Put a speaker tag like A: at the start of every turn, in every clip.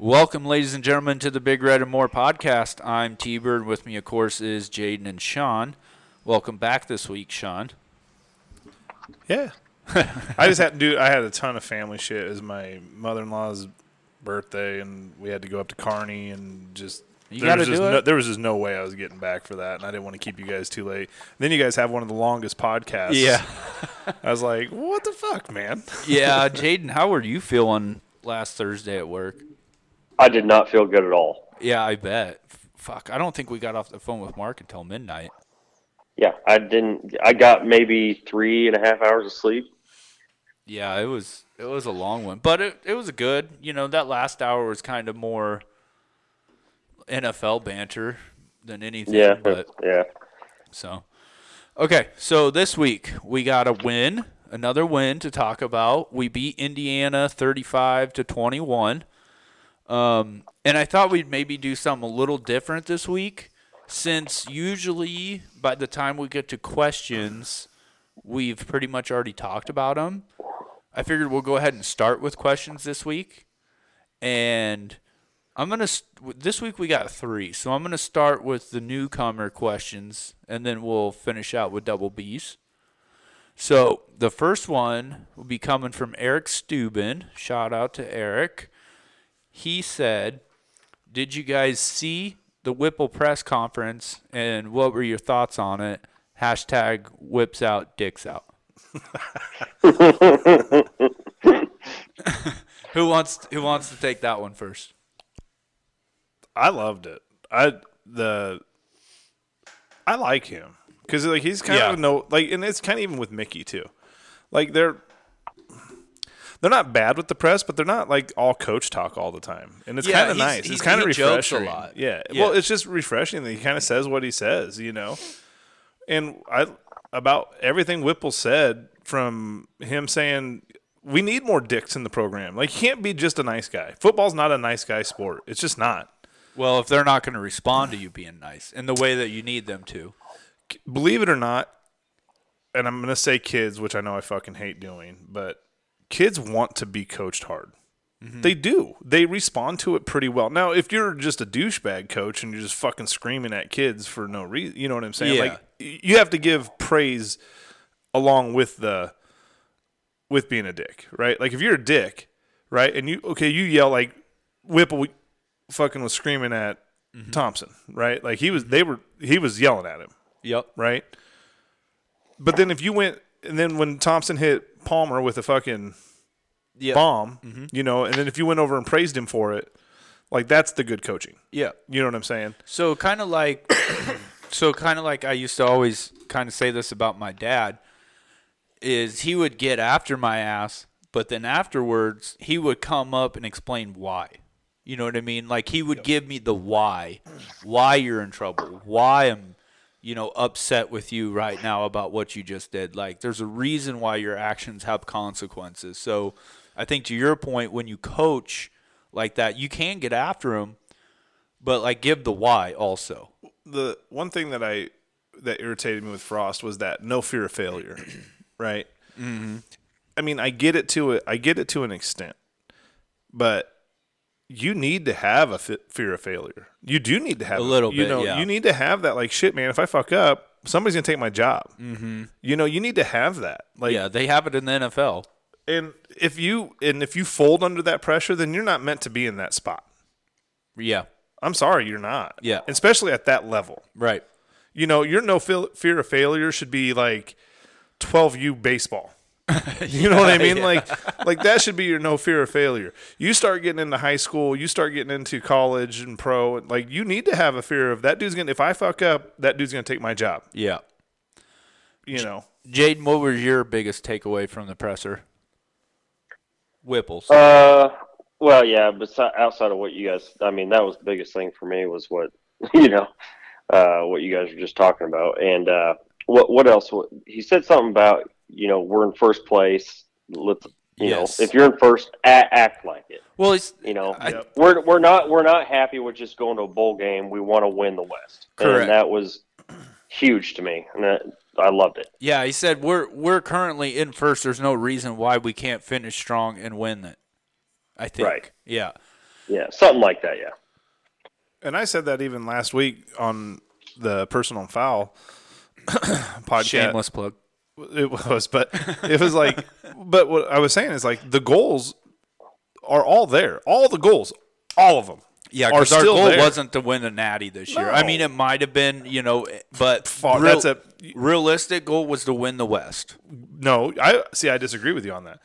A: Welcome, ladies and gentlemen, to the Big Red and More podcast. I'm T Bird. With me, of course, is Jaden and Sean. Welcome back this week, Sean.
B: Yeah. I just had to do. I had a ton of family shit. It was my mother in law's birthday, and we had to go up to Kearney and just.
A: You
B: there
A: gotta
B: was just
A: do it.
B: No, there was just no way I was getting back for that, and I didn't want to keep you guys too late. Then you guys have one of the longest podcasts. I was like, "What the fuck, man?"
A: yeah, Jaden, how were you feeling last Thursday at work?
C: I did not feel good at all.
A: Yeah, I bet. F- Fuck, I don't think we got off the phone with Mark until midnight.
C: Yeah, I didn't. I got maybe three and a half hours of sleep.
A: Yeah, it was it was a long one, but it it was good. You know, that last hour was kind of more NFL banter than anything.
C: Yeah,
A: but
C: yeah.
A: So, okay. So this week we got a win, another win to talk about. We beat Indiana 35 to 21. Um, and I thought we'd maybe do something a little different this week since usually by the time we get to questions, we've pretty much already talked about them. I figured we'll go ahead and start with questions this week. And I'm gonna st- this week we got three, so I'm gonna start with the newcomer questions, and then we'll finish out with double B's. So the first one will be coming from Eric Steuben. Shout out to Eric. He said, "Did you guys see the Whipple press conference, and what were your thoughts on it?" Hashtag whips out, dicks out. who wants who wants to take that one first?
B: I loved it. I the I like him because like he's kind
A: Yeah.
B: of no like, and it's kind of even with Mickey too. Like they're they're not bad with the press, but they're not like all coach talk all the time, and it's
A: Yeah,
B: kind of
A: he's-
B: nice.
A: he's-
B: it's kind of
A: he jokes a
B: refreshing.
A: lot.
B: Yeah.
A: Yeah.
B: Well, it's just refreshing that he kind of says what he says, you know. And I about everything Whipple said from him saying. We need more dicks in the program. Like, he can't be just a nice guy. Football's not a nice guy sport. It's just not.
A: Well, if they're not going to respond to you being nice in the way that you need them to,
B: believe it or not, and I'm going to say kids, which I know I fucking hate doing, but kids want to be coached hard. They do. They respond to it pretty well. Now, if you're just a douchebag coach and you're just fucking screaming at kids for no reason, you know what I'm saying?
A: Yeah.
B: Like y- you have to give praise along with the with being a dick, right? Like if you're a dick, right, and you okay, you yell like Whipple fucking was screaming at Thompson, right? Like he was they were he was yelling at him
A: yep.
B: right? But then if you went and then when Thompson hit Palmer with a fucking
A: Yeah.
B: bomb, you know, and then if you went over and praised him for it, like that's the good coaching.
A: Yeah.
B: You know what I'm saying?
A: So kind of like, so kind of like I used to always kind of say this about my dad, is he would get after my ass, but then afterwards he would come up and explain why. You know what I mean? Like he would give me the why, why you're in trouble, why I'm, you know, upset with you right now about what you just did. Like there's a reason why your actions have consequences. So I think to your point, when you coach like that, you can get after him, but like give the why also.
B: The one thing that I that irritated me with Frost was that no fear of failure, right? Mm-hmm. I mean, I get it to it. I get it to an extent, but you need to have a fe- fear of failure. You do need to have
A: A
B: it.
A: little
B: You
A: bit,
B: know,
A: yeah.
B: you need to have that. Like shit, man. If I fuck up, somebody's gonna take my job. Mm-hmm. You know, you need to have that. Like,
A: Yeah, they have it in the NFL.
B: and if you and if you fold under that pressure, then you're not meant to be in that spot.
A: Yeah,
B: I'm sorry, you're not.
A: Yeah.
B: especially at that level.
A: right.
B: You know, your no fil- fear of failure should be like 12U baseball. You know what I mean? Like, like that should be your no fear of failure. You start getting into high school, you start getting into college and pro. and, Like, you need to have a fear of that dude's gonna. If I fuck up, that dude's gonna take my job.
A: Yeah.
B: You know,
A: Jaden, what was your biggest takeaway from the presser? Whipples.
C: Uh, well, yeah. Besides, outside of what you guys, I mean, that was the biggest thing for me was what you know, uh, what you guys were just talking about, and uh, what what else? What- He said something about you know we're in first place. Let's you
A: Yes.
C: know if you're in first, a- act like it.
A: Well, it's
C: You know,
A: I-
B: Yep.
C: we're we're not we're not happy with just going to a bowl game. We want to win the West,
A: Correct.
C: and that was huge to me, and that, I loved it.
A: yeah. He said we're we're currently in first. There's no reason why we can't finish strong and win it. I think.
C: Right.
A: Yeah.
C: yeah, something like that. Yeah,
B: And I said that even last week on the personal foul podcast.
A: Shameless plug.
B: It was, but it was like, but what I was saying is like the goals are all there. All the goals, all of them.
A: Yeah,
B: are
A: because our
B: still
A: goal
B: there.
A: wasn't to win a natty this year. I
B: No.
A: mean, it might have been, you know, but
B: Far-
A: real-
B: that's a-
A: realistic goal was to win the West.
B: No, I see. I disagree with you on that.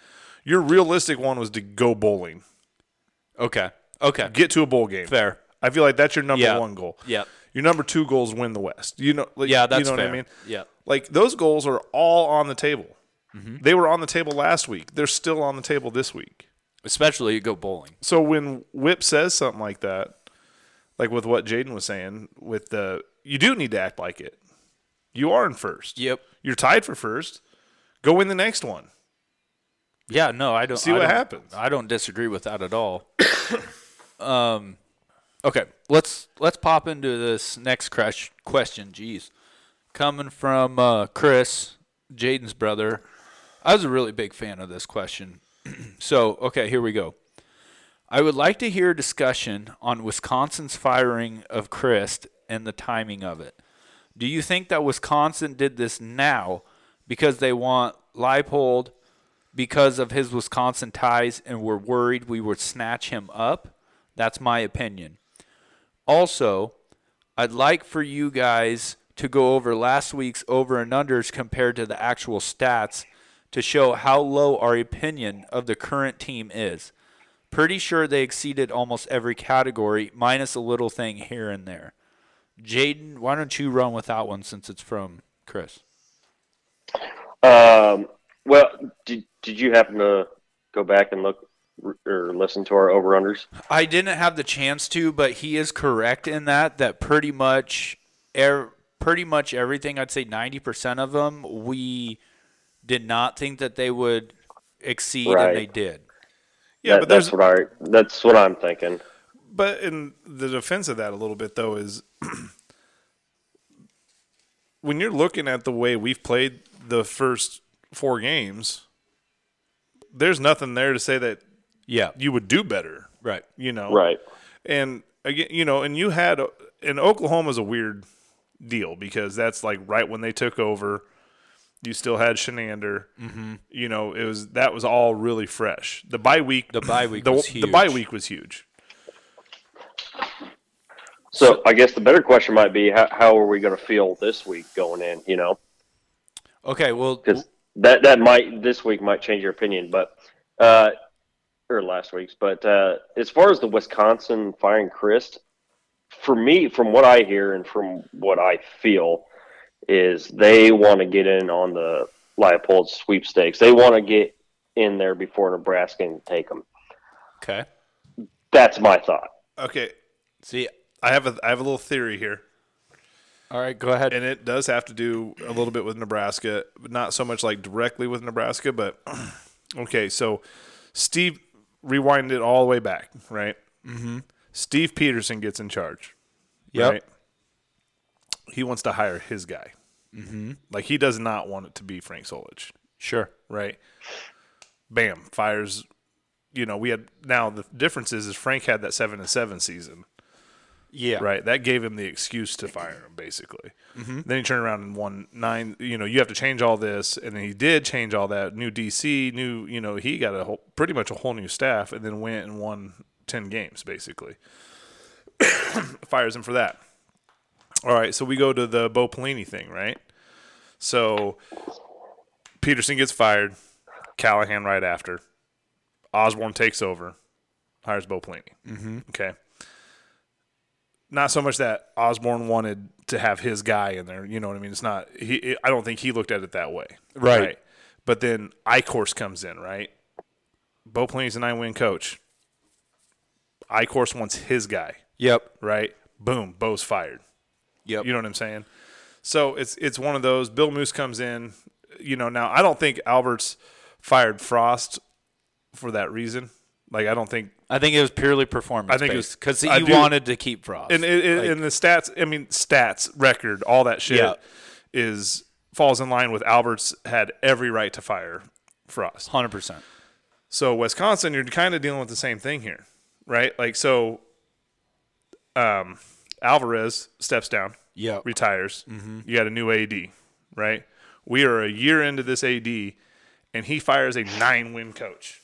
B: Your realistic one was to go bowling,
A: Okay. Okay.
B: get to a bowl game.
A: Fair.
B: I feel like that's your number
A: Yeah.
B: one goal.
A: Yep.
B: Your number two goal is win the West. You know. Like,
A: Yeah, that's
B: you know
A: fair.
B: what I mean.
A: Yeah.
B: Like those goals are all on the table.
A: Mm-hmm.
B: They were on the table last week. They're still on the table this week.
A: Especially you go bowling.
B: So when Whip says something like that, like with what Jaden was saying, with the you do need to act like it. You are in first.
A: Yep.
B: You're tied for first. Go win the next one.
A: Yeah, no, I don't
B: See
A: I
B: what
A: don't-
B: happens.
A: I don't disagree with that at all. um Okay, let's let's pop into this next crash question. Jeez. Coming from uh, Chris, Jaden's brother. I was a really big fan of this question. so, okay, here we go. I would like to hear a discussion on Wisconsin's firing of Christ and the timing of it. Do you think that Wisconsin did this now because they want Leipold because of his Wisconsin ties and were worried we would snatch him up? That's my opinion. Also, I'd like for you guys to go over last week's over and unders compared to the actual stats to show how low our opinion of the current team is. Pretty sure they exceeded almost every category, minus a little thing here and there. Jaden, why don't you run with that one since it's from Chris?
C: Um, well, did, did you happen to go back and look r- or listen to our over unders?
A: I didn't have the chance to, but he is correct in that that pretty much er, pretty much everything, I'd say 90% of them, we did not think that they would exceed
C: Right.
A: and they did.
B: Yeah, but there's
C: that's what I that's what I'm thinking.
B: But in the defense of that, a little bit though, is when you're looking at the way we've played the first four games, there's nothing there to say that
A: Yeah.
B: you would do better,
A: Right.
B: you know?
C: Right.
B: And again, you know, and you had, and Oklahoma's a weird deal because that's like right when they took over. You still had Shenander. Mm-hmm. You know, it was that was all really fresh. The bye week, the
A: bye week
B: the,
A: was
B: the bye
A: huge.
B: week was huge.
C: So I guess the better question might be how, how are we going to feel this week going in? You know,
A: Okay, well
C: because that that might this week might change your opinion, but uh, or last week's. But uh, as far as the Wisconsin firing Chris, for me, from what I hear and from what I feel, is they want to get in on the Leopold sweepstakes. They want to get in there before Nebraska can take them.
A: okay.
C: That's my thought.
B: Okay,
A: See,
B: I have a I have a little theory here,
A: all right, go ahead.
B: and it does have to do a little bit with Nebraska, but not so much like directly with Nebraska, but okay. So Steve rewind it all the way back, right? Mm-hmm. Steve Peterson gets in charge.
A: Yep.
B: Right? He wants to hire his guy. Mm-hmm. Like he does not want it to be Frank Solich,
A: Sure.
B: right? Bam fires. You know we had now the difference is is Frank had that seven and seven season.
A: Yeah.
B: Right. That gave him the excuse to fire him, basically. Then he turned around and won nine. You know, you have to change all this, and then he did change all that. New DC, new. You know, he got a whole, pretty much a whole new staff, and then went and won ten games, basically. Fires him for that. All right, so we go to the Bo Pelini thing, right? So Peterson gets fired, Callahan right after. Osborne takes over, hires Bo Pelini. Mm-hmm. Okay not so much that Osborne wanted to have his guy in there. You know what I mean? It's not. He, I don't think he looked at it that way.
A: Right.
B: But then Icorse comes in, right? Bo Pelini's a nine-win coach. Icorse wants his guy,
A: Yep.
B: right? Boom, Bo's fired.
A: Yep.
B: You know what I'm saying? So it's it's one of those. Bill Moose comes in. You know, now I don't think Alberts fired Frost for that reason. Like I don't think
A: I think it was purely performance. I
B: think it was-
A: because
B: I
A: he
B: do-
A: wanted to keep Frost.
B: and it, it, and the stats. I mean, stats, record, all that shit
A: Yeah.
B: is falls in line with Alberts had every right to fire Frost.
A: hundred percent.
B: So Wisconsin, you're kind of dealing with the same thing here. right? Like so, um, Alvarez steps down,
A: Yeah.
B: retires.
A: Mm-hmm.
B: You got a new AD, right? We are a year into this AD, and he fires a nine-win coach.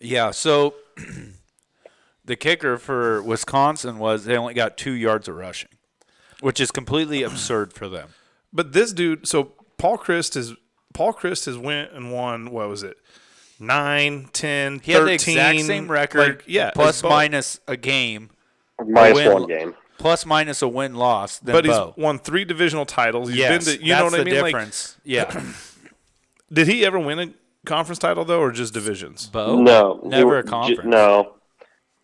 A: Yeah. So the kicker for Wisconsin was they only got two yards of rushing, which is completely absurd for them.
B: But this dude, so Paul Christ is Paul Christ has went and won. What was it? Nine, ten,
A: He had the
B: 13,
A: exact same record,
B: like, yeah,
A: plus
B: it's both.
A: minus a game,
C: Minus
A: win-
C: one game.
A: plus minus a win loss. Than
B: But he's
A: Bo.
B: won three divisional titles. He's
A: yes,
B: been to, you
A: that's
B: know what
A: the
B: I mean? Like,
A: difference. yeah,
B: did he ever win a conference title though, or just divisions?
A: Bo.
C: no, he
A: never a
C: j-
A: conference.
C: no,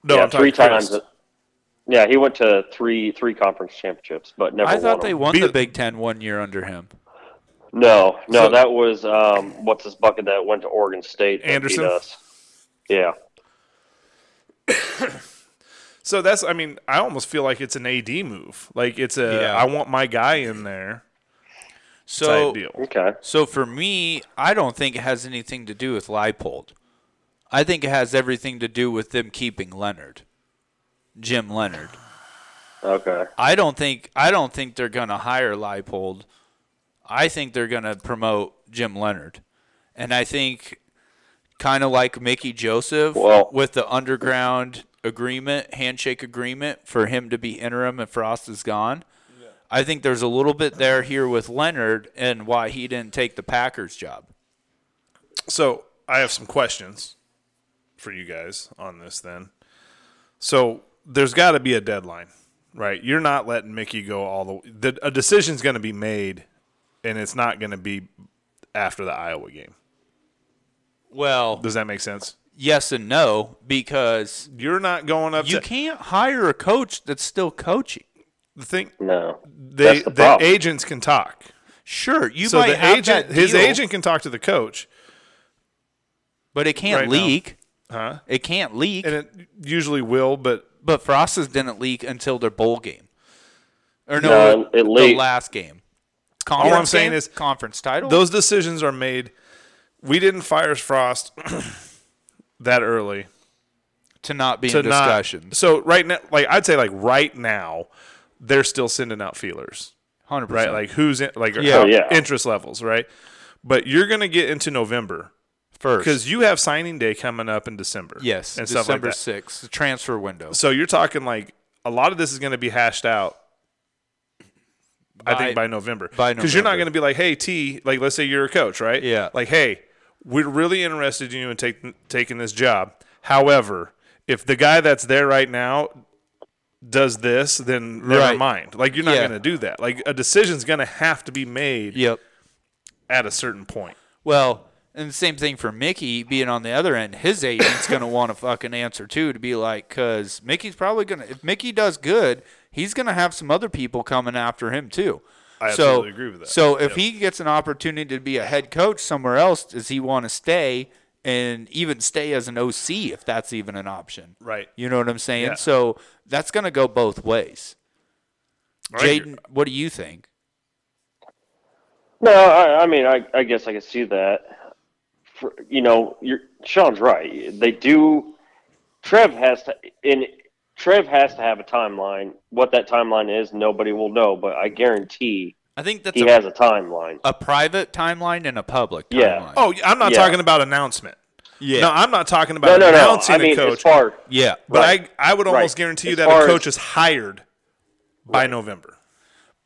B: No,
C: yeah,
B: I'm talking
C: three times.
B: Christ.
C: Yeah, he went to three three conference championships, but never.
A: I thought
C: won
A: they
C: them.
A: won
B: Be-
A: the Big Ten one year under him.
C: No, no,
B: So-
C: that was um, what's his bucket that went to Oregon State. that beat
B: Anderson?
C: us. Yeah,
B: So that's, I mean, I almost feel like it's an AD move. Like it's a,
A: Yeah.
B: I want my guy in there type
A: So
B: deal.
C: okay.
A: So for me, I don't think it has anything to do with Leipold. I think it has everything to do with them keeping Leonard, Jim Leonard.
C: Okay.
A: I don't think I don't think they're gonna hire Leipold. I think they're gonna promote Jim Leonard, and I think kind of like Mickey Joseph
C: Well-
A: with the underground agreement, handshake agreement for him to be interim and Frost is gone. I think there's a little bit there here with Leonard and why he didn't take the Packers job.
B: So I have some questions for you guys on this then. So there's got to be a deadline, right? You're not letting Mickey go all the way. The, a decision's going to be made, and it's not going to be after the Iowa game.
A: Well,
B: Does that make sense?
A: yes and no because
B: You're not going up
A: you
B: to
A: can't hire a coach that's still coaching.
B: the thing.
C: No.
B: They,
C: the
B: the,
C: problem.
B: agents can talk.
A: Sure, you
B: So
A: might
B: the
A: have
B: agent,
A: that
B: his
A: deal,
B: agent can talk to the coach.
A: but it can't
B: right now.
A: leak. Huh? It can't leak.
B: and it usually will, but
A: but Frost's didn't leak until their bowl game, or no,
C: No,
A: the-
C: it
A: the
C: leaked.
A: last game. Conference
B: I'm saying
A: game?
B: is
A: conference title.
B: those decisions are made. We didn't fire Frost that early
A: to not be
B: to
A: in discussion.
B: not. So right now, like I'd say, like right now, they're still sending out feelers,
A: Hundred
B: right?
A: percent.
B: Like who's in, like
A: Yeah.
B: how-
C: Yeah.
B: interest levels, right? But you're gonna get into November
A: first,
B: because you have signing day coming up in December,
A: yes,
B: and stuff like
A: December
B: that.
A: sixth, the transfer window.
B: So you're talking like a lot of this is going to be hashed out. I think
A: By-
B: by November,
A: by
B: you're not
A: November.
B: going to be like, hey T, like let's say you're a coach, right?
A: Yeah.
B: Like hey, we're really interested in you and taking taking this job. However, if the guy that's there right now does this, then never
A: Right.
B: mind. Like you're not
A: Yeah.
B: going to do that. Like a decision's going to have to be made
A: Yep.
B: at a certain point.
A: Well, and the same thing for Mickey being on the other end. His agent's going to want a fucking answer too, to be like, because Mickey's probably going to, if Mickey does good, he's going to have some other people coming after him too.
B: I
A: so,
B: absolutely agree with that.
A: So if he gets an opportunity to be a head coach somewhere else, does he want to stay and even stay as an OC if that's even an option?
B: Right.
A: You know what I'm saying?
B: Yeah.
A: So that's going to go both ways. Jaden, what do you think?
C: No, I, I mean, I, I guess I can see that. For, you know, you're, Sean's right. They do. Trev has to, and Trev has to have a timeline. What that timeline is, nobody will know. But I guarantee
A: I think that's
C: he
A: a,
C: has a timeline.
A: a private timeline and a public
C: Yeah.
A: timeline.
B: Oh, I'm not
C: Yeah.
B: talking about announcement.
A: yeah.
B: No, I'm not talking
C: No,
B: about
C: no, no.
B: announcing
C: I mean,
B: a coach.
C: as far
A: yeah.
B: But
C: Right.
B: I, I would almost
C: Right.
B: guarantee you
C: As
B: that a
C: far
B: coach
C: as-
B: is hired by November.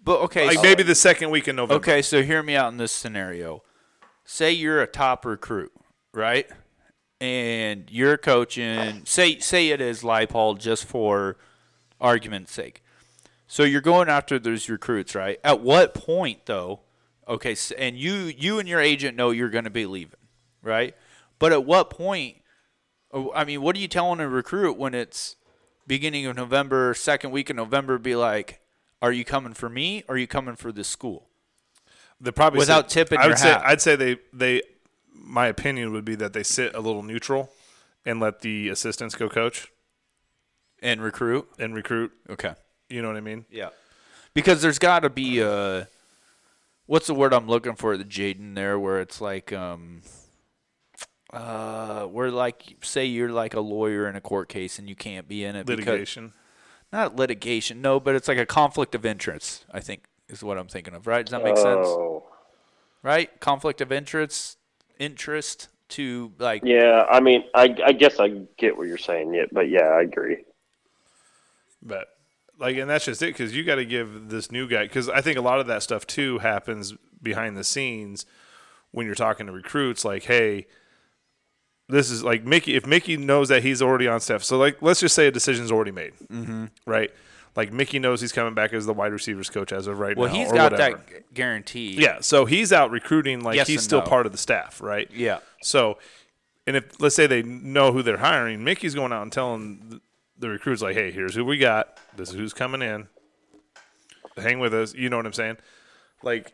A: But okay,
B: Like
A: so,
B: maybe the second week in November.
A: okay, so hear me out in this scenario. Say you're a top recruit, right? And you're coaching. Say say it is Leipold, just for argument's sake. So you're going after those recruits, right? At what point though? Okay, s- and you you and your agent know you're going to be leaving, right? But at what point? oh, I mean, what are you telling a recruit when it's beginning of November, second week of November? Be like, are you coming for me? Or are you coming for the school?
B: They probably
A: Without
B: sit-
A: tipping
B: I would
A: your
B: say,
A: hat.
B: I'd say they they. My opinion would be that they sit a little neutral, and let the assistants go coach
A: and recruit.
B: and recruit.
A: Okay.
B: You know what I mean?
A: Yeah. Because there's got to be a what's the word I'm looking for the Jaden there where it's like um uh, where like say you're like a lawyer in a court case and you can't be in it because
B: litigation.
A: not litigation, no, but it's like a conflict of interest. I think is what I'm thinking of. Right? Does that make sense?
C: Oh.
A: Right? Conflict of interest, interest to like
C: Yeah, I mean, I, I guess I get what you're saying, yeah, but yeah, I agree.
B: But like, and that's just it because you got to give this new guy because I think a lot of that stuff too happens behind the scenes when you're talking to recruits. Like, hey, this is like Mickey. If Mickey knows that he's already on staff, so like, let's just say a decision's already made, mm-hmm. right? Like Mickey knows he's coming back as the wide receivers coach as of right
A: well
B: now.
A: he's
B: or
A: got
B: whatever.
A: that gu- guarantee.
B: Yeah, so he's out recruiting. Like
A: Yes
B: he's
A: and
B: still
A: no.
B: part of the staff, right?
A: Yeah.
B: So, and if let's say they know who they're hiring, Mickey's going out and telling th- the recruits like, "Hey, here's who we got. This is who's coming in. Hang with us." You know what I'm saying? Like,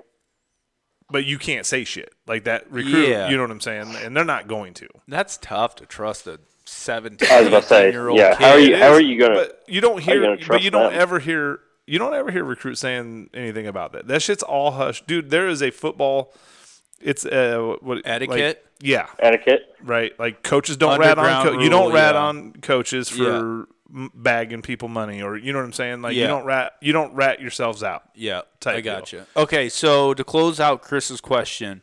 B: but you can't say shit like that recruit.
A: Yeah.
B: You know what I'm saying? And they're not going to.
A: That's tough to trust a
C: I was about to
A: 17
C: say,
A: year old
C: yeah,
A: kid.
C: how are you-
B: It
C: gonna-
B: But you don't
C: how you
B: hear.
C: gonna
B: But you
C: trust
B: don't
C: them?
B: ever hear. You don't ever hear recruits saying anything about that. That shit's all hush, dude. There is a football. It's uh, what like-
A: Etiquette?
B: yeah,
C: Etiquette?
B: right? Like coaches don't rat on
A: Underground
B: co- you don't
A: rule,
B: rat
A: yeah.
B: on coaches for
A: Yeah.
B: m bagging people money or you know what I'm saying? Like you
A: Yeah.
B: don't rat you don't rat yourselves out.
A: Yeah,
B: type
A: I
B: deal.
A: got you. Okay, so to close out Chris's question,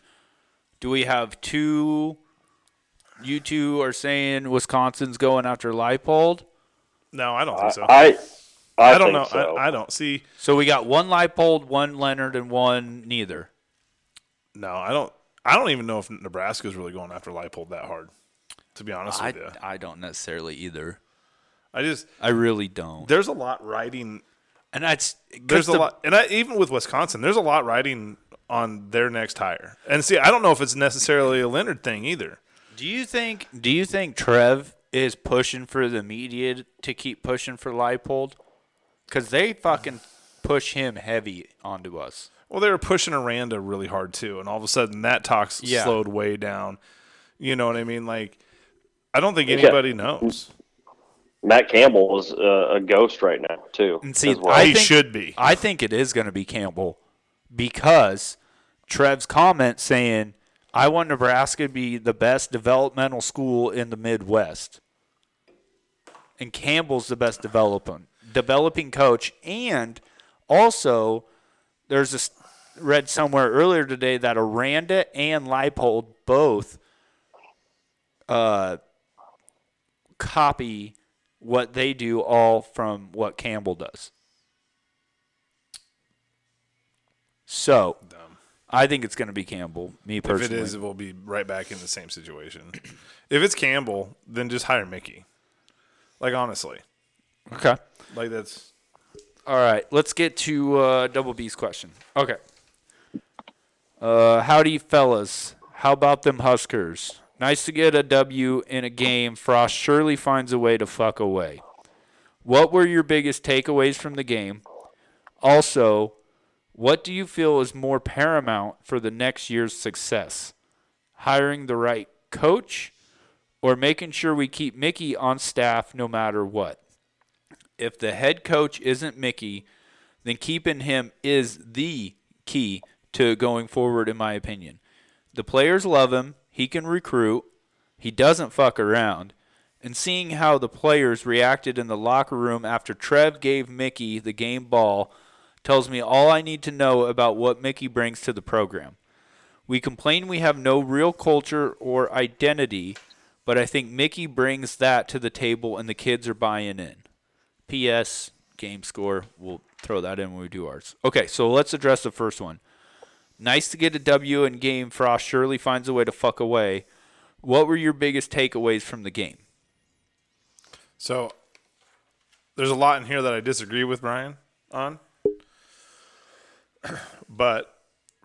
A: do we have two? You two are saying Wisconsin's going after Leipold,
B: No, I don't
C: I
B: think so. I,
C: I, I,
B: don't
C: think
B: know.
C: So.
B: I, I don't see.
A: so we got one Leipold, one Leonard, and one neither.
B: No, I don't. I don't even know if Nebraska's really going after Leipold that hard. To be honest
A: I
B: with you,
A: I don't necessarily either.
B: I just
A: I really don't.
B: there's a lot riding.
A: And that's 'cause
B: There's
A: the-
B: a lot, and I, even with Wisconsin, there's a lot riding on their next hire. And see, I don't know if it's necessarily a Leonard thing either.
A: Do you think? Do you think Trev is pushing for the media to keep pushing for Leipold? Because they fucking push him heavy onto us.
B: Well, they were pushing Aranda really hard too, and all of a sudden that talks
A: Yeah.
B: slowed way down. You know what I mean? Like, I don't think anybody knows.
C: Matt Campbell is uh, a ghost right now, too.
A: And see,
C: as well.
A: I
B: he
A: think-
B: should be.
A: I think it is going to be Campbell because Trev's comment saying, I want Nebraska to be the best developmental school in the Midwest. And Campbell's the best developing, developing coach. And also, there's this read somewhere earlier today that Aranda and Leipold both uh, copy what they do all from what Campbell does. So I think it's going to be Campbell. Me
B: If
A: personally,
B: it is, it will be right back in the same situation. if it's Campbell, then just hire Mickey. Like honestly,
A: okay.
B: like that's
A: All right, let's get to uh, Double B's question. Okay. Uh, howdy, fellas. How about them Huskers? Nice to get a W in a game. Frost surely finds a way to fuck away. What were your biggest takeaways from the game? Also, what do you feel is more paramount for the next year's success? Hiring the right coach or making sure we keep Mickey on staff no matter what? if the head coach isn't Mickey, then keeping him is the key to going forward, in my opinion. The players love him. He can recruit. He doesn't fuck around. And seeing how the players reacted in the locker room after Trev gave Mickey the game ball tells me all I need to know about what Mickey brings to the program. We complain we have no real culture or identity, but I think Mickey brings that to the table and the kids are buying in. PS game score. We'll throw that in when we do ours. Okay, so let's address the first one. Nice to get a W in game. Frost surely finds a way to fuck away. What were your biggest takeaways from the game?
B: so. There's a lot in here that I disagree with Brian on, but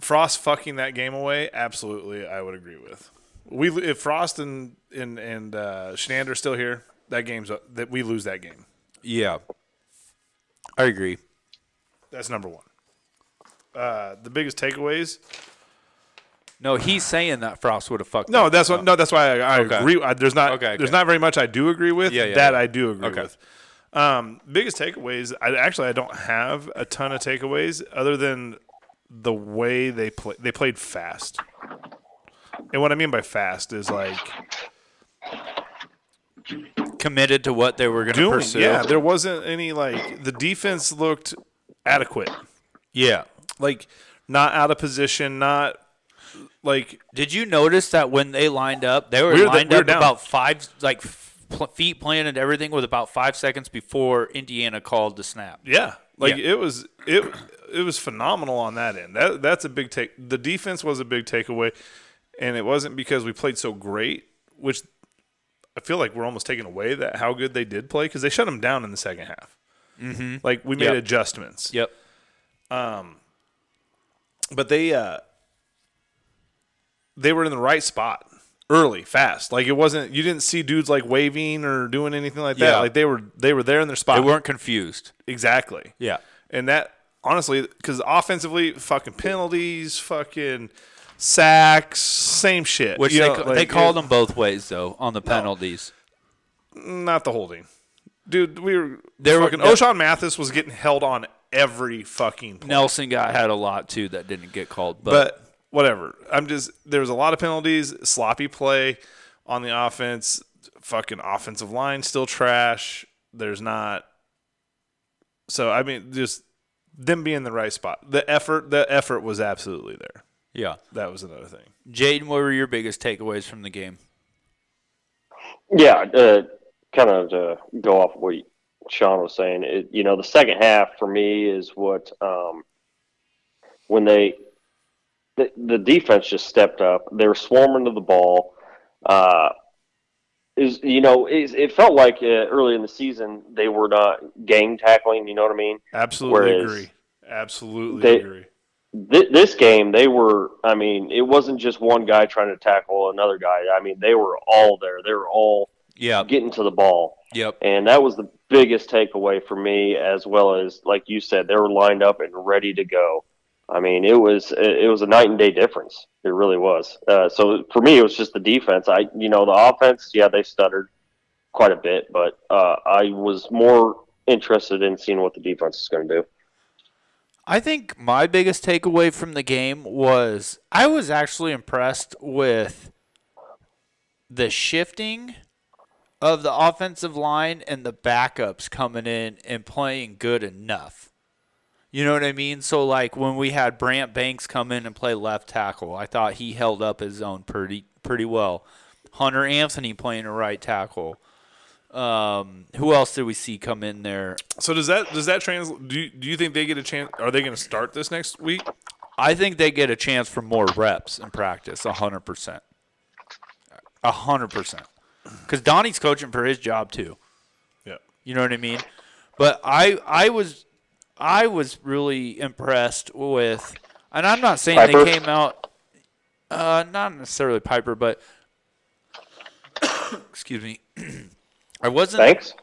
B: Frost fucking that game away, absolutely, I would agree with. We if Frost and and and uh, Schneider are still here, that game's up, that we lose that game.
A: Yeah, I agree.
B: That's number one. Uh, the biggest takeaways.
A: No, he's saying that Frost would have fucked.
B: No,
A: up.
B: that's what. No, that's why I, I
A: Oh, Okay.
B: agree. I, there's not.
A: Okay, okay.
B: There's not very much I do agree with.
A: Yeah, yeah,
B: that
A: yeah.
B: I do agree
A: Okay.
B: with. Um, biggest takeaways. I actually I don't have a ton of takeaways other than the way they play. They played fast. And what I mean by fast is like
A: Committed to what they were going to
B: doing.
A: pursue.
B: Yeah, there wasn't any like the defense looked adequate,
A: yeah.
B: like not out of position, not like
A: Did you notice that when they lined up, they were
B: We were the-
A: lined
B: we were
A: up
B: down.
A: about five, like f- pl- feet planted, everything with about five seconds before Indiana called the snap.
B: yeah, like
A: Yeah.
B: it was it it was phenomenal on that end. That that's a big take. The defense was a big takeaway, and it wasn't because we played so great, which I feel like we're almost taking away that how good they did play because they shut them down in the second half. Mm-hmm. Like we made
A: Yep.
B: adjustments.
A: Yep.
B: but they uh they were in the right spot early fast like it wasn't you didn't see dudes like waving or doing anything like that
A: Yeah.
B: like they were they were there in their spot
A: They weren't confused.
B: exactly
A: Yeah.
B: and that honestly because offensively fucking penalties fucking sacks same shit
A: Which
B: You
A: they,
B: know,
A: ca-
B: like,
A: they called
B: it-
A: them both ways though on the penalties.
B: not the holding dude we were
A: They were-
B: fucking O'Shawn Mathis was getting held on every fucking play.
A: Nelson got had a lot too that didn't get called, but,
B: but whatever. I'm just there was a lot of penalties, sloppy play on the offense, fucking offensive line still trash. There's not so I mean just them being in the right spot. The effort the effort was absolutely there.
A: yeah.
B: That was another thing.
A: Jaden, what were your biggest takeaways from the game?
C: Yeah, uh, kind of to go off what Sean was saying, it, you know, the second half for me is what um, when they the, the defense just stepped up. They were swarming to the ball. Uh, is you know it, it felt like uh, early in the season they were not gang tackling. You know what I mean?
B: Absolutely
C: Whereas
B: agree. Absolutely
C: they-
B: agree.
C: Th- this game they were. I mean, it wasn't just one guy trying to tackle another guy. I mean, they were all there. They were all
A: Yeah.
C: getting to the ball.
A: Yep.
C: And that was the biggest takeaway for me, as well as, like you said, they were lined up and ready to go. I mean, it was it was a night and day difference. It really was. Uh, so for me, it was just the defense. I, you know, the offense. Yeah, they stuttered quite a bit, but uh, I was more interested in seeing what the defense is going to do.
A: I think my biggest takeaway from the game was I was actually impressed with the shifting of the offensive line and the backups coming in and playing good enough. You know what I mean? So like when we had Brant Banks come in and play left tackle, I thought he held up his own pretty pretty well. Hunter Anthony playing a right tackle. Um, who else did we see come in there?
B: So does that does that translate do you, do you think they get a chance are they going to start this next week?
A: I think they get a chance for more reps in practice, 100%. 100%. Because Donnie's coaching for his job, too.
B: Yeah.
A: You know what I mean? But I, I was, I was really impressed with, and I'm not saying
C: Piper?
A: they came out, uh, not necessarily Piper, but excuse me, I wasn't.
C: Thanks.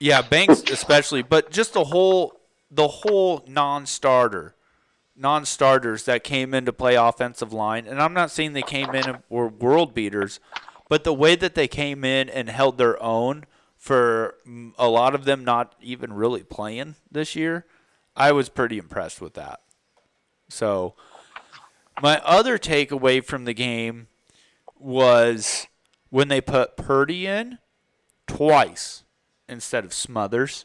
A: Yeah, Banks especially, but just the whole the whole non-starter, non-starters that came in to play offensive line, and I'm not saying they came in and were world beaters, but the way that they came in and held their own for mm, a lot of them not even really playing this year, I was pretty impressed with that. So, my other takeaway from the game was when they put Purdy in twice instead of Smothers.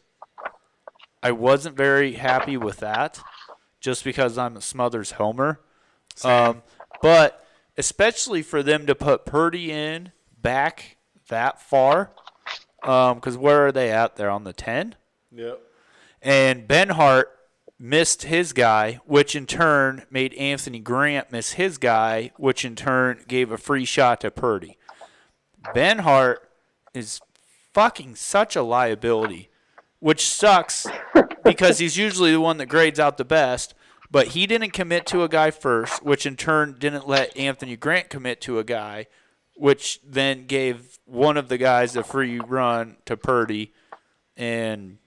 A: I wasn't very happy with that, just because I'm a Smothers homer. Um, but especially for them to put Purdy in back that far, because where are they at? They're on the ten
B: Yep.
A: and Ben Hart missed his guy, which in turn made Anthony Grant miss his guy, which in turn gave a free shot to Purdy. Ben Hart is fucking such a liability, which sucks because he's usually the one that grades out the best. But he didn't commit to a guy first, which in turn didn't let Anthony Grant commit to a guy, which then gave one of the guys a free run to Purdy. And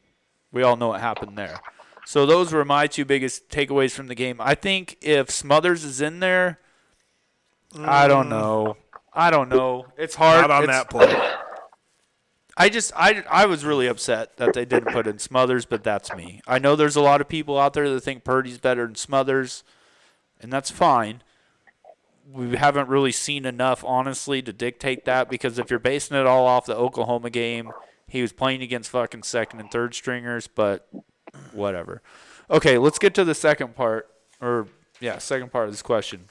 A: we all know what happened there. So those were my two biggest takeaways from the game. I think if Smothers is in there, I don't know. I don't know. It's hard.
B: Mm. Not on
A: It's-
B: that play.
A: I just I, I was really upset that they didn't put in Smothers, but that's me. I know there's a lot of people out there that think Purdy's better than Smothers, and that's fine. we haven't really seen enough, honestly, to dictate that because if you're basing it all off the Oklahoma game, he was playing against fucking second and third stringers, but whatever. Okay, let's get to the second part, or yeah, second part of this question.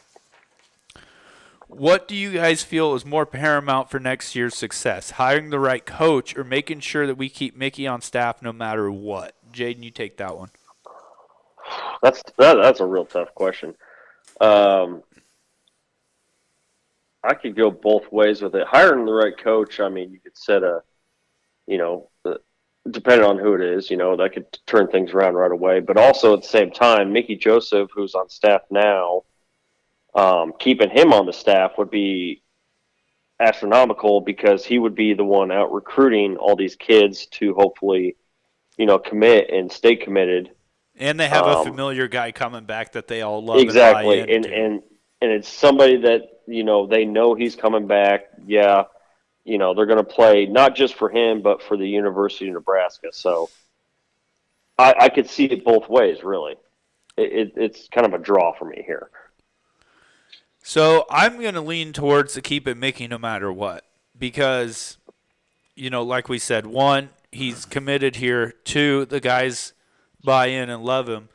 A: What do you guys feel is more paramount for next year's success? Hiring the right coach or making sure that we keep Mickey on staff no matter what? Jaden, you take that one.
C: That's that, that's a real tough question. Um, I could go both ways with it. Hiring the right coach, I mean, you could set a, you know, the, depending on who it is, you know, that could turn things around right away. But also at the same time, Mickey Joseph, who's on staff now, um, keeping him on the staff would be astronomical because he would be the one out recruiting all these kids to hopefully, you know, commit and stay committed.
A: And they have a
C: Um,
A: familiar guy coming back that they all love. and buy
C: exactly and,
A: into.
C: and and it's somebody that you know they know he's coming back yeah you know they're going to play not just for him but for the university of nebraska so i i could see it both ways really it, it, it's kind of a draw for me here
A: So I'm going to lean towards the keep it Mickey no matter what because, you know, like we said, one, he's committed here. Two, the guys buy in and love him.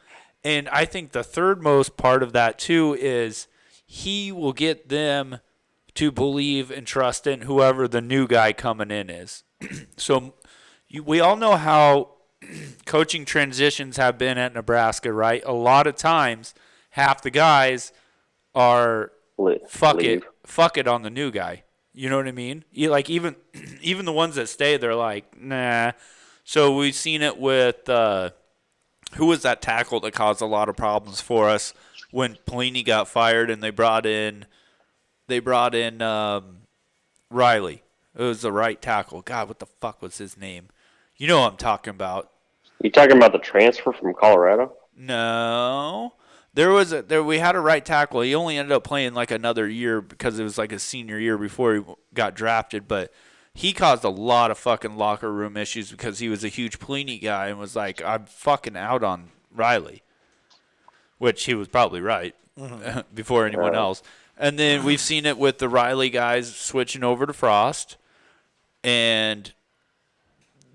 A: And I think the third most part of that, too, is he will get them to believe and trust in whoever the new guy coming in is. so you, we all know how coaching transitions have been at Nebraska, right? A lot of times, half the guys are
C: Le-
A: fuck it,
C: leave.
A: fuck it on the new guy. You know what I mean? You, like even even the ones that stay, they're like, nah. So we've seen it with uh, who was that tackle that caused a lot of problems for us when Pelini got fired and they brought in they brought in um, Riley. It was the right tackle. God, what the fuck was his name? You know what I'm talking about.
C: you talking about the transfer from colorado
A: No. There was a there we had a right tackle. He only ended up playing like another year because it was like his senior year before he got drafted, but he caused a lot of fucking locker room issues because he was a huge Pliny guy and was like, I'm fucking out on Riley. Which he was probably right before anyone
C: Yeah.
A: else. And then we've seen it with the Riley guys switching over to Frost and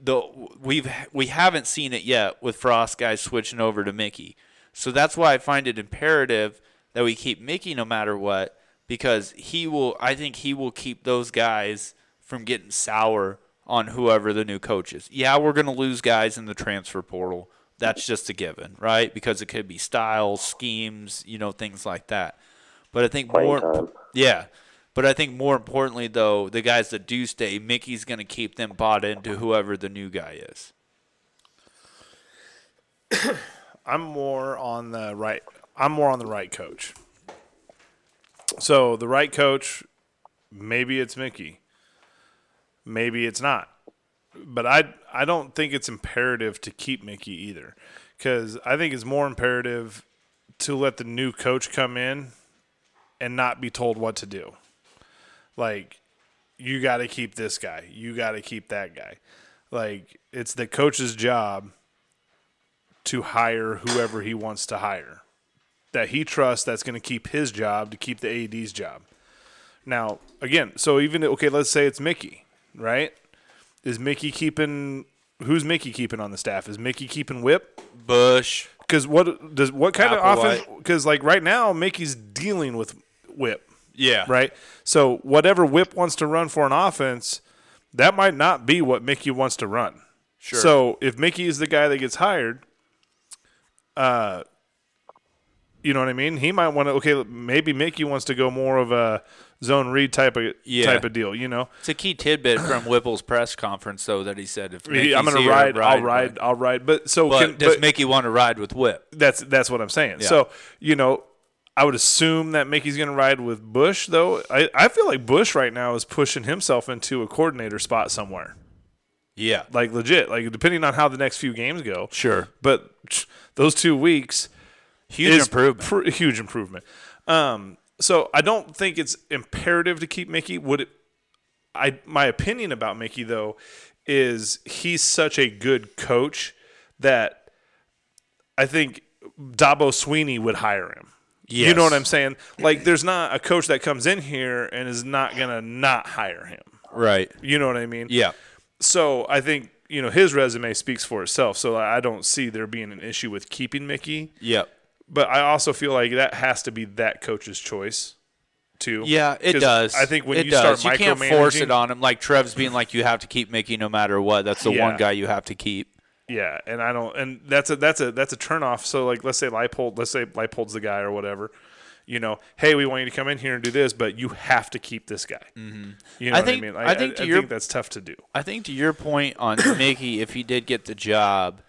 A: the we've we haven't seen it yet with Frost guys switching over to Mickey. So that's why I find it imperative that we keep Mickey no matter what because he will I think he will keep those guys from getting sour on whoever the new coach is. Yeah, we're going to lose guys in the transfer portal. That's just a given, right? Because it could be styles, schemes, you know, things like that. But I think
C: Playing
A: more
C: time.
A: yeah. But I think more importantly, though, the guys that do stay, Mickey's going to keep them bought into whoever the new guy is.
B: I'm more on the right. I'm more on the right coach. So the right coach, maybe it's Mickey, maybe it's not. But I I don't think it's imperative to keep Mickey either, because I think it's more imperative to let the new coach come in and not be told what to do. Like you got to keep this guy, you got to keep that guy. Like it's the coach's job to hire whoever he wants to hire that he trusts that's going to keep his job to keep the AD's job. Now, again, so even okay, let's say it's Mickey, right? Is Mickey keeping who's Mickey keeping on the staff? Is Mickey keeping Whip?
A: Bush.
B: Cuz what does what kind of
A: Applewhite.
B: offense cuz like right now Mickey's dealing with Whip,
A: Yeah.
B: right? So whatever Whip wants to run for an offense, that might not be what Mickey wants to run.
A: Sure.
B: So if Mickey is the guy that gets hired, uh, you know what I mean? He might want to. Okay, maybe Mickey wants to go more of a zone read type of
A: Yeah.
B: type of deal. You know,
A: it's a key tidbit from Whipple's press conference, though, that he said if
B: He-
A: Mickey's
B: I'm going to
A: here,
B: ride, I'll
A: with-
B: ride. I'll ride. But so
A: But
B: can,
A: does
B: but
A: Mickey want to ride with Whip?
B: that's that's what I'm saying. So you know. I would assume that Mickey's going to ride with Bush, though. I, I feel like Bush right now is pushing himself into a coordinator spot somewhere.
A: Yeah.
B: like legit like depending on how the next few games go
A: Sure.
B: but those two weeks
A: Huge
B: is
A: improvement.
B: pr- huge improvement um so i don't think it's imperative to keep mickey would it i my opinion about mickey though is he's such a good coach that i think dabo sweeney would hire him
A: Yes.
B: You know what I'm saying? Like, there's not a coach that comes in here and is not gonna not hire him.
A: Right.
B: You know what I mean?
A: Yeah.
B: So I think you know his resume speaks for itself. So I I don't see there being an issue with keeping Mickey.
A: Yeah.
B: But I also feel like that has to be that coach's choice, too.
A: Yeah, it
B: 'Cause
A: does.
B: I think when
A: it
B: you
A: does.
B: start
A: you can't
B: micromanaging,
A: force it on him. Like Trev's being like, you have to keep Mickey no matter what. That's the one
B: Yeah.
A: guy you have to keep.
B: Yeah, and I don't, and that's a that's a that's a turnoff. So like, let's say Leipold, let's say Leipold's the guy or whatever. You know, hey, we want you to come in here and do this, but you have to keep this guy. Mm-hmm. You know
A: I
B: what
A: think-
B: I mean?
A: I think to
B: I,
A: your-
B: think that's tough to do.
A: I think to your point on Mickey, if he did get the job,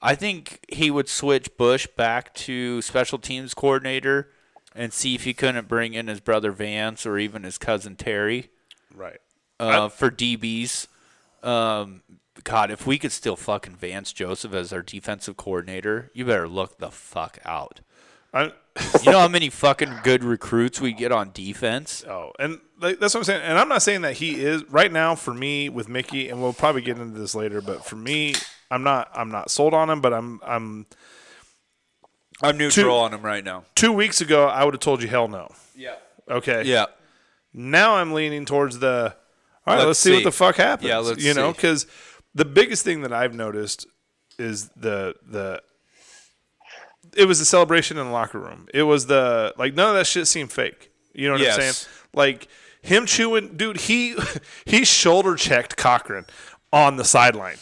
A: I think he would switch Bush back to special teams coordinator and see if he couldn't bring in his brother Vance or even his cousin Terry
B: Right.
A: uh, for DBs. Um, God, if we could still fucking Vance Joseph as our defensive coordinator, you better look the fuck out.
B: I,
A: You know how many fucking good recruits we get on defense?
B: oh, and like, that's what I'm saying. And I'm not saying that he is right now for me with Mickey, and we'll probably get into this later. But for me, I'm not I'm not sold on him. But I'm I'm
A: I'm neutral
B: Two-
A: on him right now.
B: two weeks ago I would have told you hell no.
A: Yeah.
B: Okay.
A: Yeah.
B: now I'm leaning towards the all right,
A: Let's
B: let's, see,
A: see.
B: what the fuck happens.
A: Yeah, let's
B: you know,
A: see.
B: because the biggest thing that I've noticed is the the it was the celebration in the locker room. It was the like none of that shit seemed fake. You know what I'm
A: Yes.
B: saying? Like him chewing, dude. He he shoulder checked Cochran on the sideline,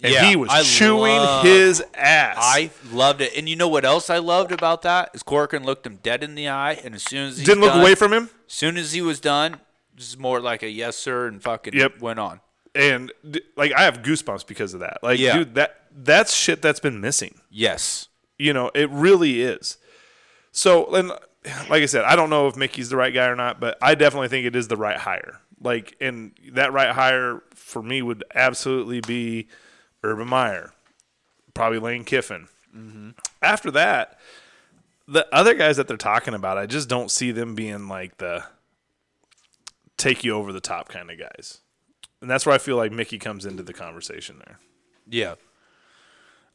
B: and
A: Yeah,
B: he was
A: I
B: chewing
A: love-
B: his ass.
A: I loved it. And you know what else I loved about that? Is Corcoran looked him dead in the eye, and as soon as he
B: didn't look away from him.
A: as soon as he was done, just more like a yes sir and fucking
B: Yep.
A: went on.
B: And d- like I have goosebumps because of that. Like,
A: Yeah.
B: dude, that that's shit that's been missing.
A: Yes.
B: You know, it really is. So, and like I said, I don't know if Mickey's the right guy or not, but I definitely think it is the right hire. Like, and that right hire for me would absolutely be Urban Meyer, probably Lane Kiffin. Mm-hmm. After that, the other guys that they're talking about, I just don't see them being like the take you over the top kind of guys. And that's where I feel like Mickey comes into the conversation there.
A: Yeah.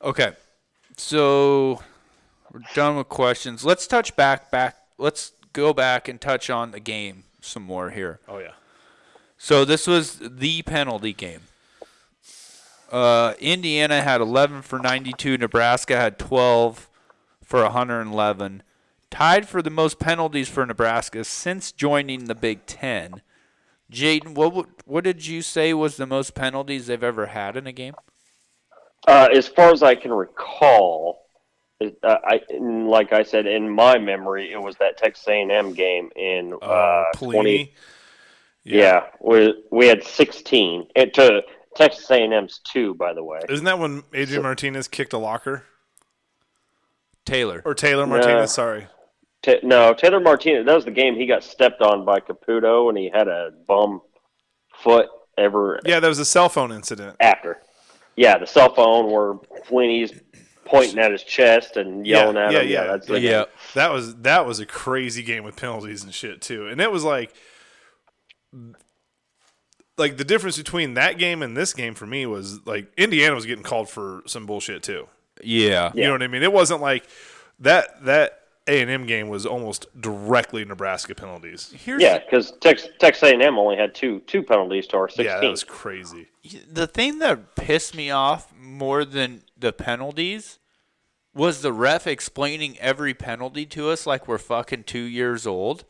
A: Okay. So we're done with questions. Let's touch back back let's go back and touch on the game some more here.
B: Oh, yeah.
A: So this was the penalty game. Uh, Indiana had 11 for 92. Nebraska had 12 for 111. Tied for the most penalties for Nebraska since joining the Big Ten. Jaden, what would- what did you say was the most penalties they've ever had in a game?
C: Uh, as far as I can recall, it, uh, I and like I said in my memory, it was that Texas A&M game in
A: Oh,
C: uh,
B: Pelini.
C: 20. Yeah, we we had 16. It to Texas A&M's two, by the way.
B: Isn't that when Adrian Martinez kicked a locker?
A: Taylor.
B: Or Taylor Martinez,
C: Yeah.
B: sorry.
C: Ta no, Taylor Martinez. That was the game he got stepped on by Caputo, and he had a bum foot ever
B: Yeah, that was a cell phone incident.
C: after. Yeah, the cell phone where Flinty's pointing at his chest and yelling at
B: yeah,
C: him. Yeah,
B: yeah.
C: that's the
A: yeah.
B: That was that was a crazy game with penalties and shit too. And it was like like the difference between that game and this game for me was like Indiana was getting called for some bullshit too.
A: Yeah.
B: You know what I mean? It wasn't like that that A and M game was almost directly Nebraska penalties.
A: Here's
C: Yeah, because Tex, Texas A&M only had two two penalties to our sixteen.
B: Yeah, that was crazy.
A: the thing that pissed me off more than the penalties was the ref explaining every penalty to us like we're fucking two years old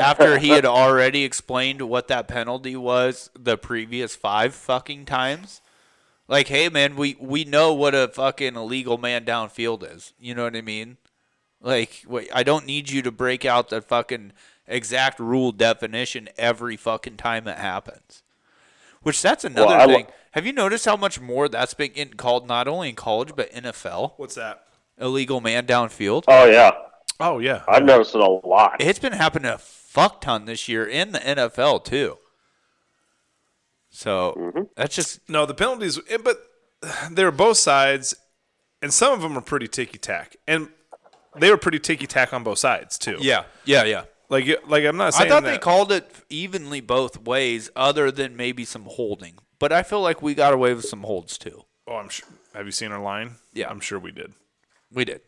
A: after he had already explained what that penalty was the previous five fucking times like hey man we we know what a fucking illegal man downfield is you know what i mean like wait, i don't need you to break out the fucking exact rule definition every fucking time it happens which that's another
C: I lo-
A: thing have you noticed how much more that's been getting called not only in college but nfl
B: What's that?
A: illegal man downfield
C: Oh yeah,
B: Oh yeah.
C: I've noticed it a lot.
A: it's been happening a fuck ton this year in the nfl too so that's just
B: No, the penalties, eh, but they were both sides, and some of them were pretty ticky tack, and they were pretty ticky tack on both sides too.
A: yeah yeah yeah
B: like you- like I'm not
A: I
B: saying
A: thought
B: that.
A: they called it evenly both ways, other than maybe some holding. But I feel like we got away with some holds too.
B: oh, I'm sure. Have you seen our line?
A: Yeah.
B: I'm sure we did.
A: We did.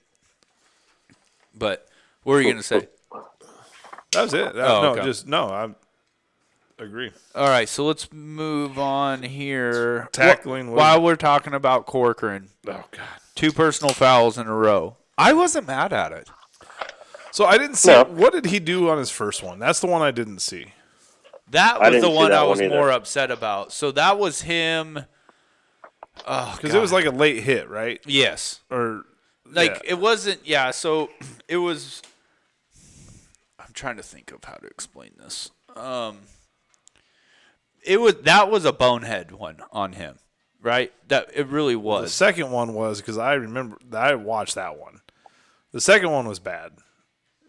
A: But What were you going to say?
B: That was it. That-
A: Oh,
B: no,
A: okay.
B: just no. I agree.
A: All right, so let's move on here.
B: Tackling
A: Wh-
B: was-
A: while we're talking about Corcoran,
B: Oh God.
A: two personal fouls in a row. I wasn't mad at it.
B: So I didn't see
C: No.
B: what did he do on his first one. That's the one I didn't see.
A: That
C: I
A: was the
C: didn't see
A: one
C: that
A: I
C: one
A: was
C: either.
A: more upset about. So that was him. Oh,
B: Because it was like a late hit, right?
A: yes,
B: Or
A: like
B: yeah.
A: it wasn't. Yeah, so it was. I'm trying to think of how to explain this. Um, it was that was a bonehead one on him, right? That it really
B: the
A: was.
B: second one was because I remember I watched that one. The second one was bad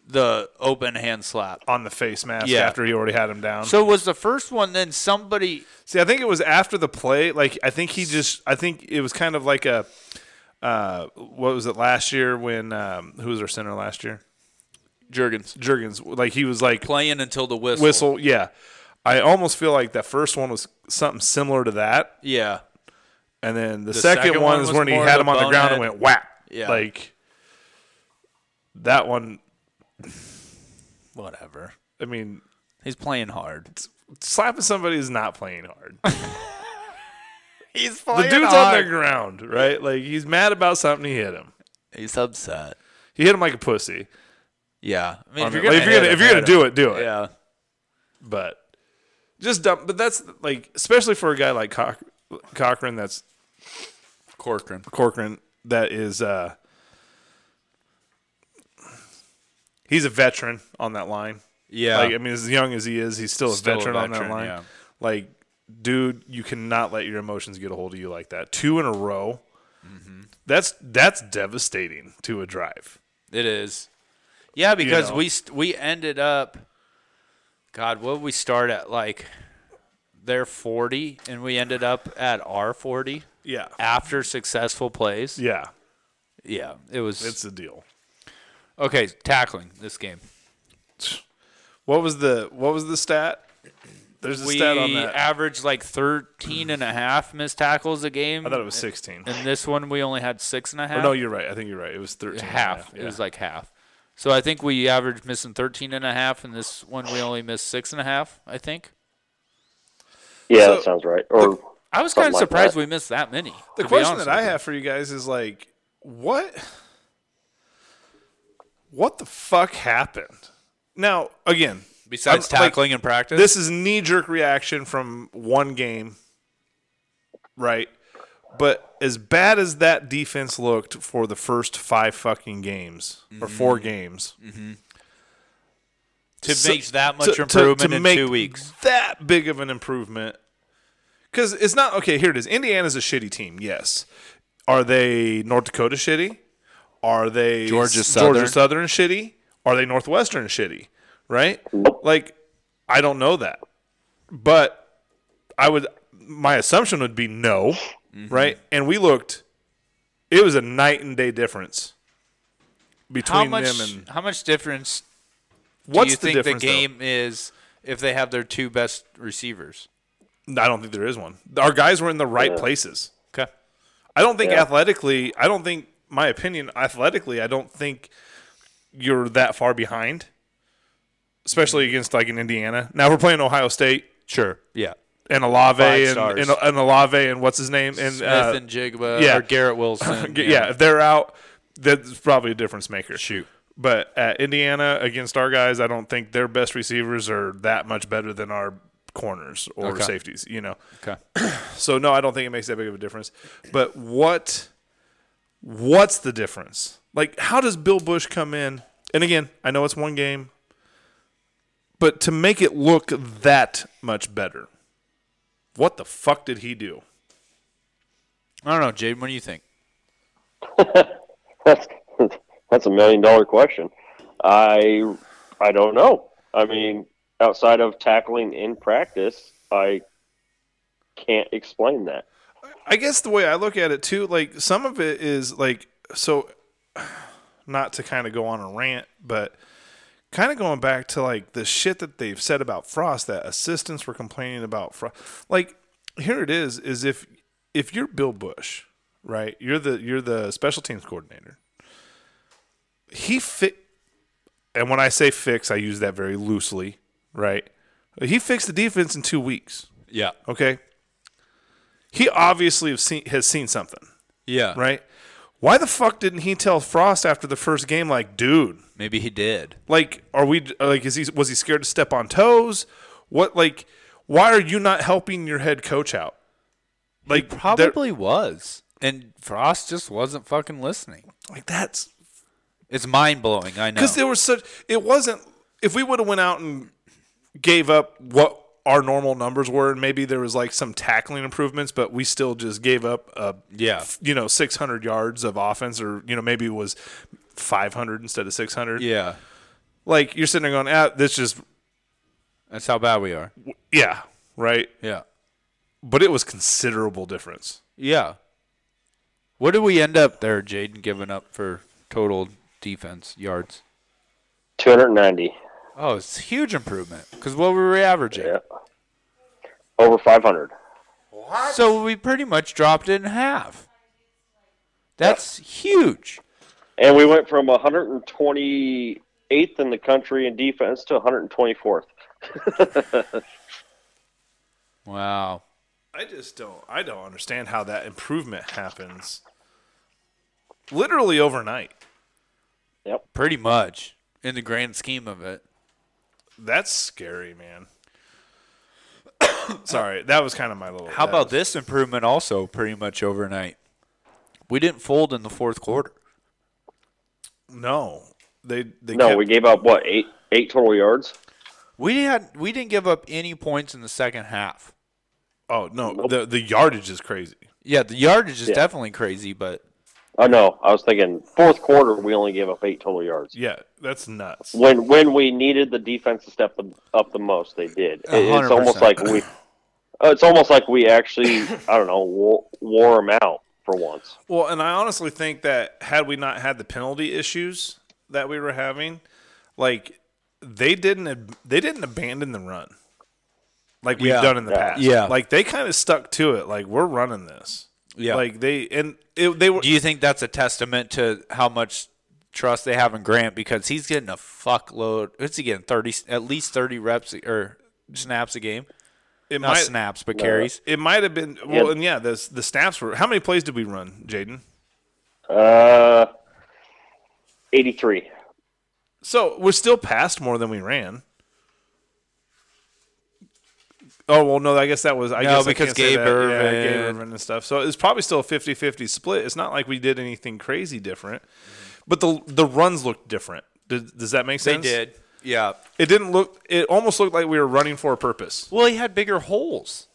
A: The open hand slap.
B: on the face mask
A: Yeah.
B: after he already had him down.
A: So was the first one then somebody
B: See, I think it was after the play. Like, I think he just, I think it was kind of like a, uh, what was it last year when, um, who was our center last year?
A: Jurgens
B: Jurgens. Like, he was like,
A: playing until the whistle?
B: whistle. Yeah. I almost feel like that first one was something similar to that.
A: Yeah.
B: And then the, second, one is
A: was
B: when he
A: more of
B: had him
A: a
B: on the ground and
A: bonehead.
B: went whap.
A: Yeah.
B: Like, that one,
A: Whatever.
B: I mean,
A: He's playing hard.
B: slapping somebody is not playing hard.
A: He's
B: the
A: playing
B: dude's on the ground, right? Like, he's mad about something. He hit him.
A: He's upset.
B: He hit him like a pussy.
A: Yeah. I mean,
B: Like, if you're gonna, if you're gonna do it, do it.
A: yeah.
B: But just dumb. But that's like, especially for a guy like Coch- Cochran, that's
A: Corcoran.
B: Corcoran, that is, uh, he's a veteran on that line.
A: Yeah.
B: Like, I mean, as young as he is, he's still a,
A: Still a
B: veteran, on that
A: veteran,
B: line.
A: yeah.
B: Like, dude, you cannot let your emotions get a hold of you like that. Two in a row.
A: Mm-hmm.
B: That's that's devastating to a drive.
A: it is. Yeah, because
B: know.
A: we st- we ended up. God, what did we start at? Like, their forty, and we ended up at our forty
B: Yeah.
A: after successful plays.
B: Yeah.
A: Yeah, it was
B: It's a deal.
A: okay. Tackling this game,
B: What was the what was the stat? There's a
A: we
B: stat on that.
A: averaged like 13 and a half missed tackles a game.
B: I thought it was 16.
A: And this one we only had six and a half.
B: Or no, you're right. I think you're right. It was 13. and a
A: half.
B: Yeah.
A: It was like half. So I think we averaged missing 13 and a half, and this one we only missed six and a half, I think.
C: Yeah,
B: So,
C: that sounds right. Or
A: I was kind
C: Something
A: of
C: like
A: surprised
C: that.
A: we missed that many.
B: the question that I have for you guys is like, what? What the fuck happened? Now, again,
A: besides
B: I'm- like,
A: tackling in practice,
B: this is knee jerk reaction from one game, right? But as bad as that defense looked for the first five fucking games or
A: Mm-hmm.
B: four games,
A: to
B: so-
A: make that much improvement in
B: make
A: two weeks.
B: That big of an improvement. Because it's not okay. Here it is. Indiana's a shitty team. Yes. Are they North Dakota shitty? Are they
A: Georgia
B: S-
A: Southern?
B: Georgia Southern shitty? Are they Northwestern shitty? Right? Like, I don't know that, but I would. My assumption would be no,
A: Mm-hmm.
B: right? And we looked. It was a night and day difference between
A: How much?
B: them and
A: how much difference do
B: what's
A: you
B: the
A: think the
B: difference? though?
A: game is if they have their two best receivers?
B: I don't think there is one. Our guys were in the right places.
A: Okay.
B: I don't think
C: Yeah.
B: athletically, I don't think my opinion athletically, I don't think you're that far behind. Especially against like in Indiana. Now we're playing Ohio State
A: Sure. Yeah.
B: and Alave
A: Five
B: and,
A: stars.
B: and and Alave and what's his name and
A: Smith
B: uh,
A: and Jigba
B: yeah.
A: or Garrett Wilson.
B: yeah. if they're out, that's probably a difference maker.
A: Shoot.
B: But at Indiana against our guys, I don't think their best receivers are that much better than our corners or
A: Okay.
B: safeties. You know,
A: Okay.
B: So no, I don't think it makes that big of a difference. But what what's the difference? Like how does Bill Bush come in? And again, I know it's one game, but to make it look that much better. What the fuck did he do?
A: I don't know, Jaden. What do you think?
C: that's that's a million dollar question. I I don't know. I mean, outside of tackling in practice, I can't explain that.
B: I guess the way I look at it too, like some of it is like so not to kind of go on a rant, but kind of going back to like the shit that they've said about Frost that assistants were complaining about Frost. Like here it is is if if you're Bill Bush, right? You're the you're the special teams coordinator. He fit and when I say fix, I use that very loosely, right? He fixed the defense in two weeks.
A: Yeah.
B: Okay. He obviously have seen, has seen something,
A: Yeah.
B: right? Why the fuck didn't he tell Frost after the first game, like, dude,
A: Maybe he did.
B: like, are we, like, is he, was he scared to step on toes? What, like, why are you not helping your head coach out? Like, there-
A: Probably was. And Frost just wasn't fucking listening.
B: like that's
A: It's mind blowing. I know.
B: because there was such it wasn't if we would have went out and gave up what our normal numbers were and maybe there was like some tackling improvements but we still just gave up uh
A: Yeah.
B: you know 600 yards of offense or you know maybe it was 500 instead of 600
A: yeah.
B: like you're sitting there going ah this just
A: That's how bad we are.
B: yeah right
A: Yeah.
B: but it was considerable difference
A: Yeah. What did we end up there, Jaden, giving up for total defense yards?
C: 290.
A: Oh, it's a huge improvement because what were we averaging?
C: Yeah. Over 500.
A: So we pretty much dropped it in half. That's huge.
C: And we went from 128th in the country in defense to 124th.
A: Wow.
B: I just don't. I don't understand how that improvement happens. Literally overnight.
A: Pretty much in the grand scheme of it.
B: That's scary, man. Sorry, that was kind of my little.
A: How
B: that
A: about
B: was-
A: this improvement also pretty much overnight? We didn't fold in the fourth quarter.
B: No, they they
C: No,
B: kept-
C: we gave up what eight eight total yards.
A: We had we didn't give up any points in the second half.
B: Oh no, the the yardage is crazy.
A: Yeah, the yardage is
C: Yeah.
A: definitely crazy, but
C: Oh no, I was thinking fourth quarter we only gave up eight total yards.
B: Yeah, that's nuts.
C: When when we needed the defense to step the, up the most, they did. It- it's
A: 100%.
C: almost like we, uh, it's almost like we actually I don't know wore, wore them out for once.
B: Well, and I honestly think that had we not had the penalty issues that we were having, like they didn't ab- they didn't abandon the run like we've
A: Yeah.
B: done in the past.
A: Yeah.
B: like they kind of stuck to it. Like we're running this.
A: Yeah.
B: like they and it, they were.
A: do you think that's a testament to how much trust they have in Grant because he's getting a fuckload. It's he getting thirty at least thirty reps or snaps a game?
B: It
A: Not
B: might
A: snaps, but carries.
B: it might have been well,
C: Yeah.
B: and yeah, the the snaps were. How many plays did we run, Jaden?
C: Uh, eighty three.
B: So we're still past more than we ran. Oh well, no. I guess that was I
A: No,
B: guess I
A: because
B: can't say
A: Gabe
B: that. yeah, Gabe
A: Irvin-
B: Irvin and stuff. So it's probably still a 50-50 split. It's not like we did anything crazy different, but the the runs looked different. Did, does that make sense?
A: Yeah.
B: It didn't look. It almost looked like we were running for a purpose.
A: Well, he had bigger holes.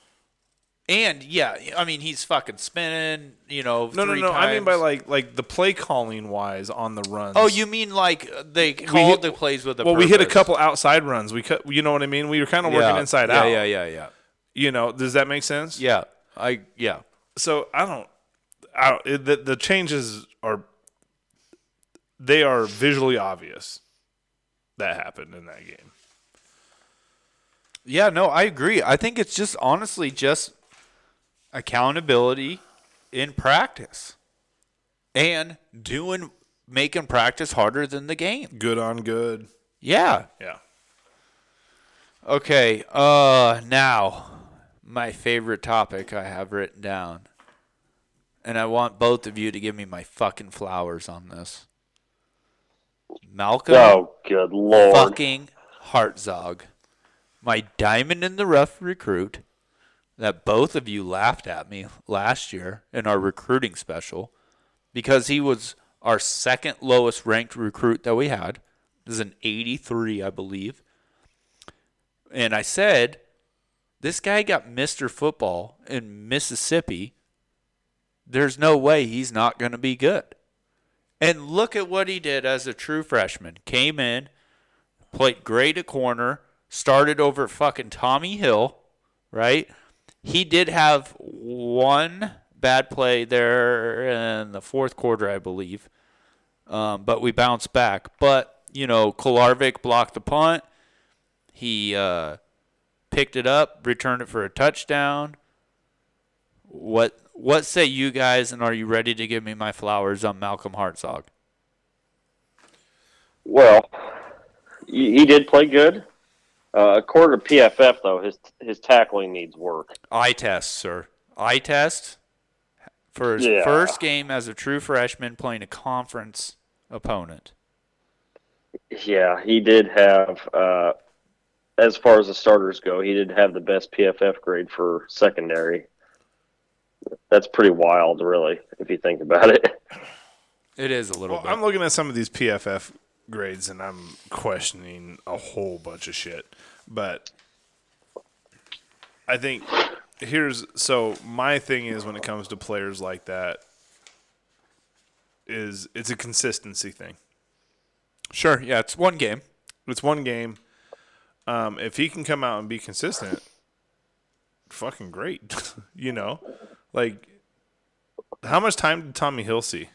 A: And yeah, I mean he's fucking spinning, you know.
B: No, no,
A: three
B: no. I mean by
A: times.
B: like like the play calling wise on the runs.
A: Oh, you mean like they called the plays with a
B: well, we hit a
A: purpose.
B: couple outside runs. We cut. You know what I mean? We were kind of working inside
A: yeah,
B: out.
A: Yeah, yeah, yeah,
B: You know, does that make sense?
A: yeah. I yeah.
B: so I don't, I don't. It, the the changes are, they are visually obvious. That happened in that game.
A: Yeah, no, I agree. I think it's just honestly just accountability in practice and doing making practice harder than the game.
B: Good on good.
A: Yeah.
B: Yeah.
A: Okay. Uh now my favorite topic I have written down. And I want both of you to give me my fucking flowers on this. Malcolm
C: Oh, good lord!
A: fucking Hartzog, my diamond in the rough recruit that both of you laughed at me last year in our recruiting special because he was our second lowest ranked recruit that we had. This is an 83, I believe. And I said, this guy got Mr. Football in Mississippi. There's no way he's not going to be good. And look at what he did as a true freshman. Came in, played great at corner, started over fucking Tommy Hill, right? He did have one bad play there in the fourth quarter, I believe. Um, but we bounced back. But, you know, Kolarvik blocked the punt. He uh, picked it up, returned it for a touchdown. What what say you guys and are you ready to give me my flowers on Malcolm Hartzog?
C: Well, he he did play good. Uh, according to PFF, though, his his tackling needs work.
A: Eye test, sir. Eye test for his
C: Yeah.
A: first game as a true freshman playing a conference opponent.
C: Yeah, he did have, uh, as far as the starters go, he did have the best PFF grade for secondary. That's pretty wild, really, if you think about it.
A: It is a little
B: Well,
A: bit.
B: I'm looking at some of these PFF grades and I'm questioning a whole bunch of shit. But I think here's so my thing is when it comes to players like that is it's a consistency thing.
A: sure, yeah, it's one game.
B: It's one game. Um, if he can come out and be consistent, fucking great. you know, like how much time did Tommy Hill see?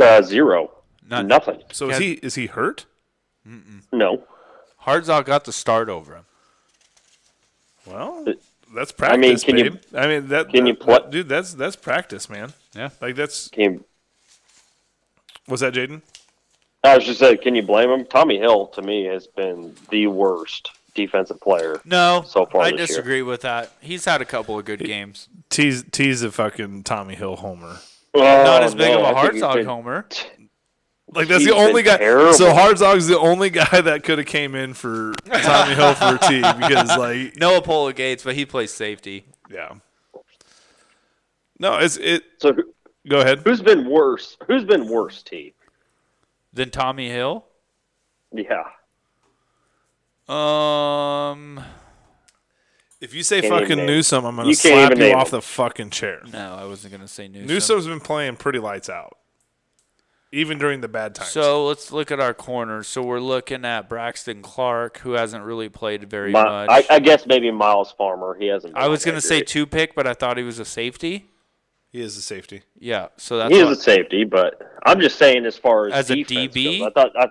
C: Uh, zero,
A: None.
C: nothing.
B: So is
A: Yeah.
B: he is he hurt?
C: No,
A: Hardzog got the start over him.
B: Well,
C: It-
B: that's
C: Uh, I mean,
B: practice,
C: can you-
B: babe. I mean, that
C: can
B: that-
C: you pla-
B: that- dude? That's that's practice, man.
A: Yeah.
B: Like that's
C: can you,
B: was that Jaden?
C: I was just saying, can you blame him? Tommy Hill, to me, has been the worst defensive player.
A: No,
C: So far
A: I
C: this year.
A: disagree with that. He's had a couple of good games.
B: T's T's a fucking Tommy Hill homer.
A: Not
C: Oh,
A: as big
C: no,
A: of a
C: I think he's
A: Hardzog
C: been-
A: homer.
B: Like that's
C: He's
B: the only
C: been
B: guy.
C: terrible.
B: So Hardzog's the only guy that could have came in for Tommy Hill for T because like
A: Noah Pola Gates, but he plays safety.
B: yeah. No, it's it.
C: So who,
B: Go ahead.
C: who's been worse? Who's been worse, T?
A: Then Tommy Hill.
C: Yeah.
A: Um,
B: If you say
C: Can't even
B: fucking
C: name
B: Newsom, I'm gonna
C: You can't
B: slap
C: even
B: you
C: name
B: off
C: him.
B: the fucking chair.
A: no, I wasn't gonna say Newsom.
B: Newsom's been playing pretty lights out, even during the bad times.
A: So let's look at our corners. So we're looking at Braxton Clark, who hasn't really played very
C: My, I,
A: much. I,
C: I guess maybe Miles Farmer. He hasn't. been
A: was
C: all that
A: gonna say
C: great.
A: two pick, but I thought he was a safety.
B: he is a safety.
A: Yeah, so that's
C: he
A: why-
C: is a safety, but I'm just saying as far as
A: As a
C: defense
A: DB?
C: goes, I thought I.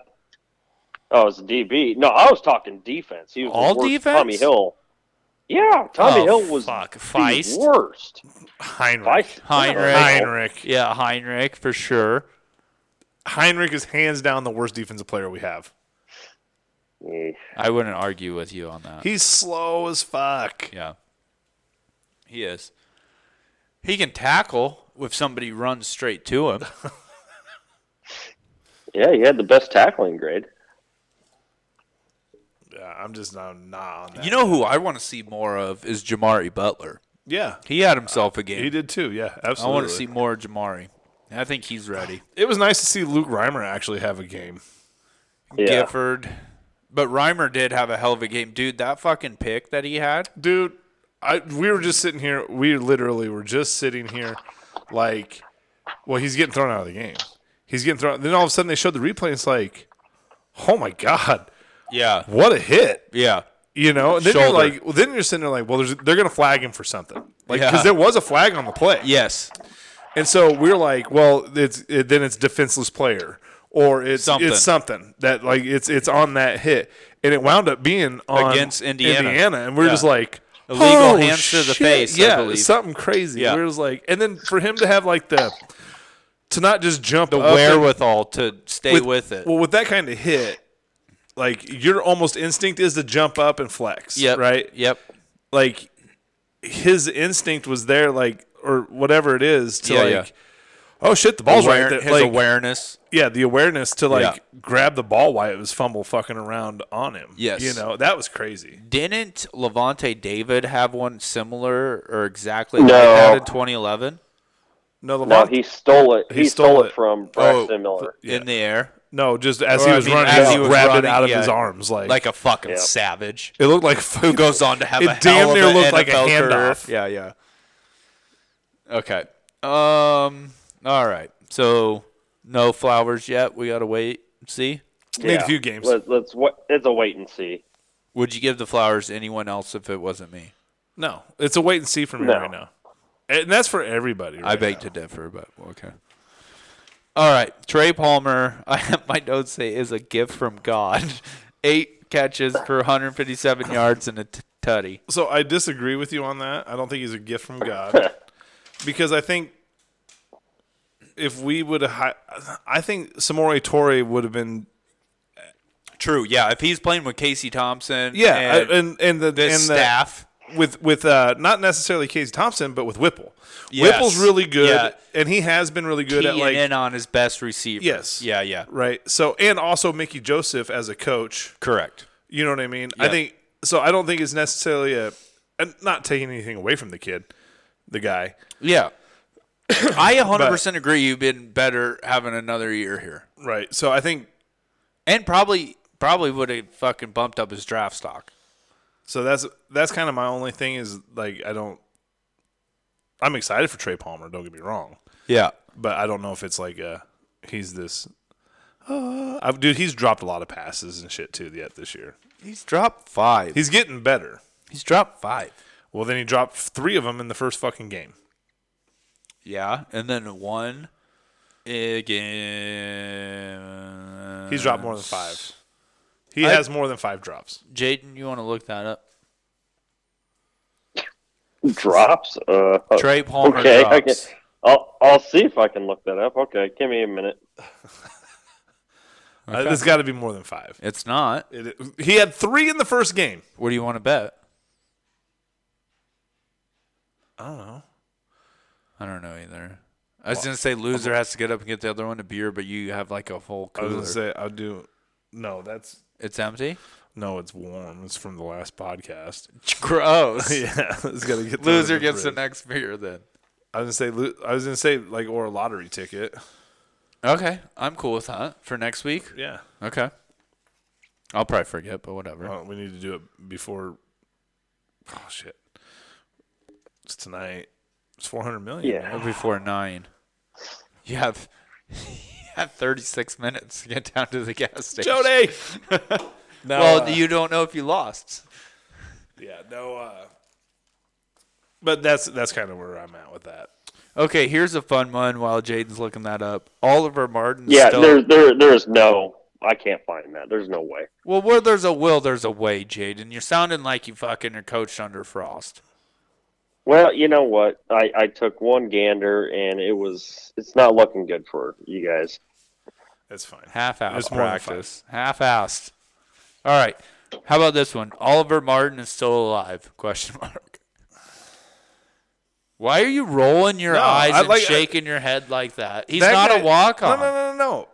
C: Oh, as a DB. No, I was talking defense. He was the
A: All
C: worst.
A: defense?
C: Tommy Hill. Yeah, Tommy
A: Oh,
C: Hill was
A: fuck.
C: the
A: Feist?
C: worst.
B: Heinrich.
C: Feist.
A: Heinrich.
B: Heinrich.
A: yeah Heinrich for sure.
B: Heinrich is hands down the worst defensive player we have.
C: Yeah.
A: I wouldn't argue with you on that.
B: He's slow as fuck.
A: Yeah, he is. He can tackle if somebody runs straight to him.
C: Yeah, he had the best tackling grade.
B: Yeah, I'm just I'm not on that.
A: you know who I want to see more of is Jamari Butler.
B: yeah,
A: He had himself a game.
B: he did too. Yeah, absolutely.
A: I want to see more of Jamari. I think he's ready.
B: It was nice to see Luke Reimer actually have a game.
C: Yeah.
A: Gifford. But Reimer did have a hell of a game. Dude, that fucking pick that he had.
B: dude i we were just sitting here we literally were just sitting here like well he's getting thrown out of the game he's getting thrown then all of a sudden they showed the replay and it's like oh my god
A: Yeah.
B: what a hit
A: Yeah.
B: you know and then you're
A: Shoulder.
B: like well then you're sitting there like well there's, they're gonna flag him for something like because
A: Yeah.
B: there was a flag on the play
A: Yes.
B: and so we're like well it's it, then it's defenseless player or it's
A: Something.
B: it's something that like it's it's on that hit and it wound up being on
A: Against Indiana.
B: Indiana and we're
A: Yeah.
B: just like
A: Illegal
B: "Oh,
A: hands to the
B: shit."
A: face, I
B: yeah
A: believe.
B: something crazy
A: Yeah.
B: we're just like and then for him to have like the to not just jump the
A: Wherewithal to stay with, it.
B: well with that kind of hit like your almost instinct is to jump up and flex
A: yep.
B: right
A: Yep.
B: like his instinct was there, like or whatever it is to
A: Yeah,
B: like,
A: yeah.
B: oh shit, the ball's
A: Aware-
B: right there.
A: his
B: Like,
A: awareness.
B: yeah, the awareness to like
A: Yeah.
B: grab the ball while it was fumble fucking around on him.
A: Yes.
B: you know that was crazy.
A: Didn't Levante David have one similar or exactly
C: No.
A: like that in 2011
B: No,
C: No,
B: Levant,
C: he stole it. He, stole, it from Braxton
B: Oh,
C: Miller.
A: in the air?
B: no, just as
A: Or,
B: he
A: I
B: was
A: mean,
B: running,
A: as
B: he
A: he was
B: grabbed
A: running,
B: it out of
A: yeah.
B: his arms, like,
A: Like a fucking
C: Yeah.
A: savage
B: it looked like who
A: who goes on to have
B: It
A: a hell
B: damn
A: of
B: near
A: a
B: looked like a
A: NFL career.
B: handoff.
A: Yeah, yeah. Okay. Um. All right. So no flowers yet. We gotta wait. and See.
B: Need a few games.
C: Let, let's what? It's a wait and see.
A: Would you give the flowers to anyone else if it wasn't me?
B: No, it's a wait and see from me
C: No.
B: right now, and that's for everybody.
A: I
B: right
A: beg
B: now.
A: to differ, but okay. All right, Trey Palmer. I have my notes say is a gift from God. Eight catches for 157 yards and a t- tutty.
B: So I disagree with you on that. I don't think he's a gift from God because I think if we would have, hi- I think Samori Torre would have been
A: True. Yeah. If he's playing with Casey Thompson,
B: Yeah, I-
A: and,
B: and and, the
A: this
B: and the-
A: staff.
B: with with uh, not necessarily Casey Thompson, but with Whipple.
A: Yes.
B: Whipple's really good,
A: Yeah.
B: and he has been really good at
A: keying
B: like
A: in on his best receiver.
B: Yes.
A: Yeah. Yeah.
B: right. So and also Mickey Joseph as a coach.
A: Correct.
B: You know what I mean? I
A: Yeah.
B: think so. I don't think it's necessarily a and not taking anything away from the kid, the guy.
A: Yeah. I 100% agree. You've been better having another year here,
B: Right. So I think
A: and probably probably would have fucking bumped up his draft stock.
B: so. That's that's kind of my only thing is like I don't. I'm excited for Trey Palmer. Don't get me wrong,
A: Yeah.
B: but I don't know if it's like uh he's this. Uh, I've- dude, he's dropped a lot of passes and shit too yet this year.
A: He's dropped five.
B: He's getting better.
A: He's dropped five.
B: Well, then he dropped three of them in the first fucking game.
A: Yeah, and then one again.
B: He's dropped more than five. He
A: I-
B: has more than five drops.
A: Jaden, you want to look that up?
C: Drops. Uh,
A: Trey Palmer
C: okay,
A: drops.
C: okay. I'll I'll see if I can look that up. Okay, give me a minute.
B: Uh, there's got to be more than five.
A: It's not.
B: It, he had three in the first game.
A: What do you want to bet?
B: I don't know.
A: I don't know either. I was gonna say loser has to get up and get the other one a beer, but you have like a full
B: I was
A: cooler.
B: gonna say I'll do. No, that's
A: it's empty.
B: no. It's warm. It's from the last podcast.
A: Gross.
B: yeah, it's gotta get thrown
A: Loser
B: in the
A: gets the
B: fridge.
A: next beer then.
B: I was gonna say. lo- I was gonna say like or a lottery ticket.
A: Okay, I'm cool with that for next week.
B: Yeah.
A: Okay. I'll probably forget, but whatever.
B: Oh, we need to do it before. Oh shit! It's tonight. It's four hundred million.
C: Yeah.
B: man.
A: before nine. You have you have thirty six minutes to get down to the gas station.
B: Jody. no,
A: Well,
B: uh,
A: you don't know if you lost.
B: Yeah, no. Uh, but that's that's kind of where I'm at with that.
A: Okay, here's a fun one while Jaden's looking that up. Oliver Martin.
C: Yeah,
A: still,
C: there there there is no. I can't find that. There's no way.
A: Well, where there's a will, there's a way, Jaden. You're sounding like you fucking are coached under Frost.
C: Well, you know what? I I took one gander and it was it's not looking good for you guys.
B: That's fine.
A: Half ass
B: It's more than
A: practice. Half assed. All right. How about this one? Oliver Martin is still alive? Question mark. Why are you rolling your
B: No,
A: eyes
B: I
A: and
B: like-
A: shaking your head like that? He's
B: That
A: not
B: guy-
A: a walk
B: No,
A: on.
B: no, no, no. no.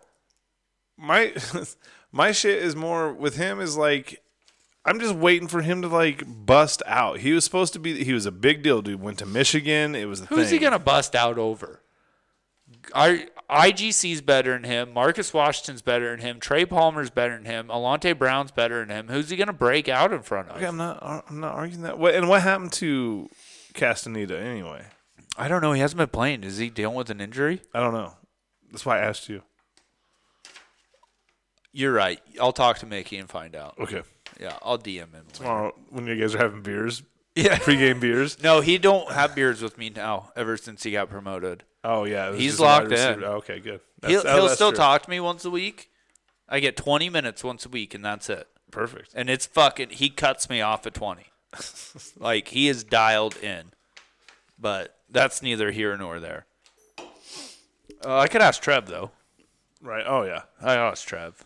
B: My my shit is more with him is like I'm just waiting for him to like bust out. He was supposed to be. He was a big deal, dude. Went to Michigan. It was the
A: Who's he
B: thing.
A: gonna bust out over? I IGC's better than him. Marcus Washington's better than him. Trey Palmer's better than him. Alante Brown's better than him. Who's he gonna break out in front of?
B: Okay, I'm not. I'm not arguing that. What and what happened to Castaneda anyway?
A: I don't know. He hasn't been playing. Is he dealing with an injury?
B: I don't know. That's why I asked you.
A: You're right. I'll talk to Mickey and find out.
B: Okay.
A: Yeah, I'll DM him.
B: Tomorrow, when you guys are having beers,
A: Yeah.
B: pregame beers.
A: No, he don't have beards with me now. Ever since he got promoted,
B: Oh yeah, it was
A: He's
B: just a wide
A: locked
B: receiver.
A: in.
B: Okay, good.
A: he'll,
B: That's- oh,
A: he'll
B: that's
A: still
B: true.
A: talk to me once a week. I get 20 minutes once a week, and that's it.
B: Perfect.
A: and it's fucking he cuts me off at 20 like he is dialed in but that's neither here nor there uh, i could ask trev though
B: Right. Oh yeah.
A: i asked trev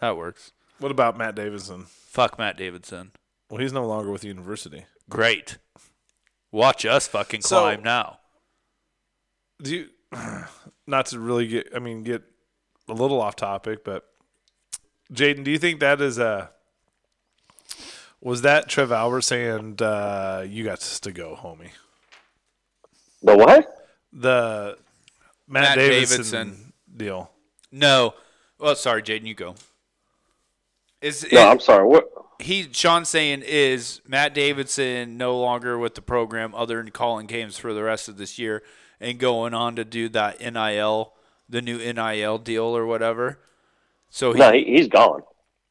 A: that works
B: What about Matt Davidson?
A: fuck matt davidson
B: Well, he's no longer with the university.
A: great watch us fucking
B: So-
A: climb now
B: Do you? Not to really get. I mean, get a little off topic, but Jaden, do you think that is a? Was that Trev Albert saying uh, you got to go, homie?
C: The what?
B: The Matt,
A: Matt
B: Davidson,
A: Davidson.
B: deal.
A: no well sorry jaden you go is,
C: No, I'm sorry. What?
A: he Sean saying is Matt Davidson no longer with the program other than calling games for the rest of this year and going on to do that NIL the new NIL deal or whatever. So he,
C: No, he, he's gone.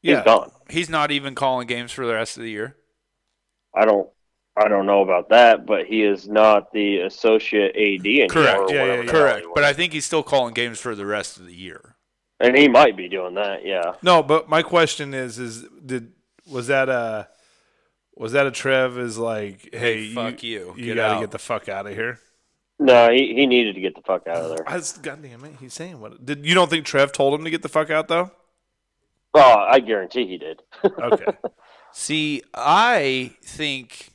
C: He's
B: Yeah.
C: gone.
A: he's not even calling games for the rest of the year.
C: I don't I don't know about that, but he is not the associate AD anymore.
A: Correct.
C: or
B: Yeah,
C: whatever
B: yeah,
C: the hell
A: Correct.
C: he was.
A: But I think he's still calling games for the rest of the year.
C: and he might be doing that. Yeah.
B: No, but my question is: is did was that a was that a Trev is like, hey,
A: fuck you.
B: you, you
A: Get
B: gotta
A: out.
B: get the fuck out of here?
C: No, he, he needed to get the fuck out of there.
B: I was, God damn it, he's saying what? Did you don't think Trev told him to get the fuck out though?
C: Oh, I guarantee he did.
B: Okay.
A: See, I think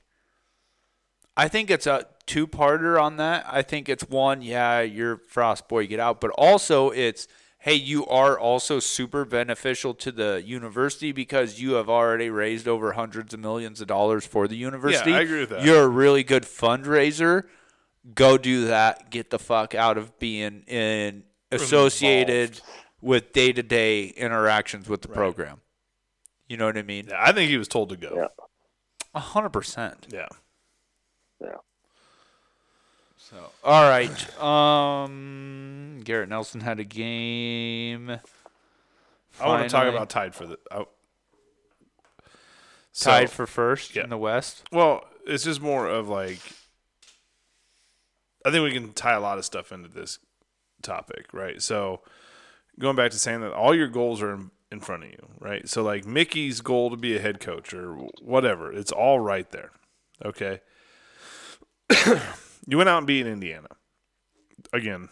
A: I think it's a two-parter on that. I think it's one, yeah, you're Frost Boy, get out, but also it's hey, you are also super beneficial to the university because you have already raised over hundreds of millions of dollars for the university.
B: Yeah, I agree with that.
A: You're a really good fundraiser. Go do that. Get the fuck out of being in associated with day-to-day interactions with the program. You know what I mean?
B: Yeah, I think he was told to go.
C: Yeah.
A: A hundred percent.
B: Yeah.
C: yeah.
A: So, all right. Um, Garrett Nelson had a game.
B: I want to talk
A: Finally.
B: about tied for the. I, So-
A: tied for first
B: yeah.
A: in the West.
B: Well, it's just more of like I think we can tie a lot of stuff into this topic, right? So going back to saying that all your goals are in, in front of you, right? So like Mickey's goal to be a head coach or whatever, it's all right there. Okay. you went out and beat Indiana. Again,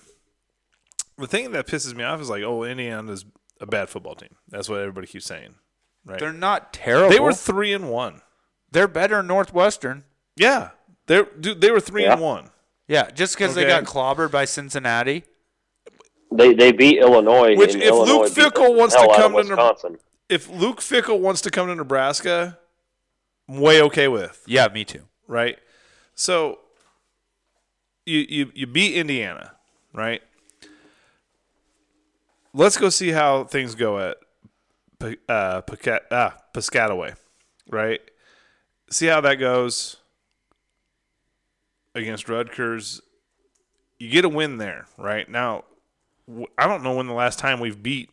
B: the thing that pisses me off is like, oh, Indiana's a bad football team. That's what everybody keeps saying, right?
A: They're not terrible.
B: they were three and one.
A: they're better than Northwestern.
B: Yeah, they dude, they were three and
C: Yeah.
B: one.
A: Yeah, just because they
B: Okay.
A: got clobbered by Cincinnati.
C: They they beat Illinois.
B: Which,
C: and
B: if Luke
C: Illinois beat the
B: Fickell wants to
C: hell out of
B: come to Neb-
C: Wisconsin,
B: If Luke Fickle wants to come to Nebraska, I'm way okay with
A: Yeah, me too.
B: right. So you you you beat Indiana, right? Let's go see how things go at P- uh, Paquette, ah, Piscataway, right? See how that goes against Rutgers. You get a win there, right? Now, w- I don't know when the last time we've beat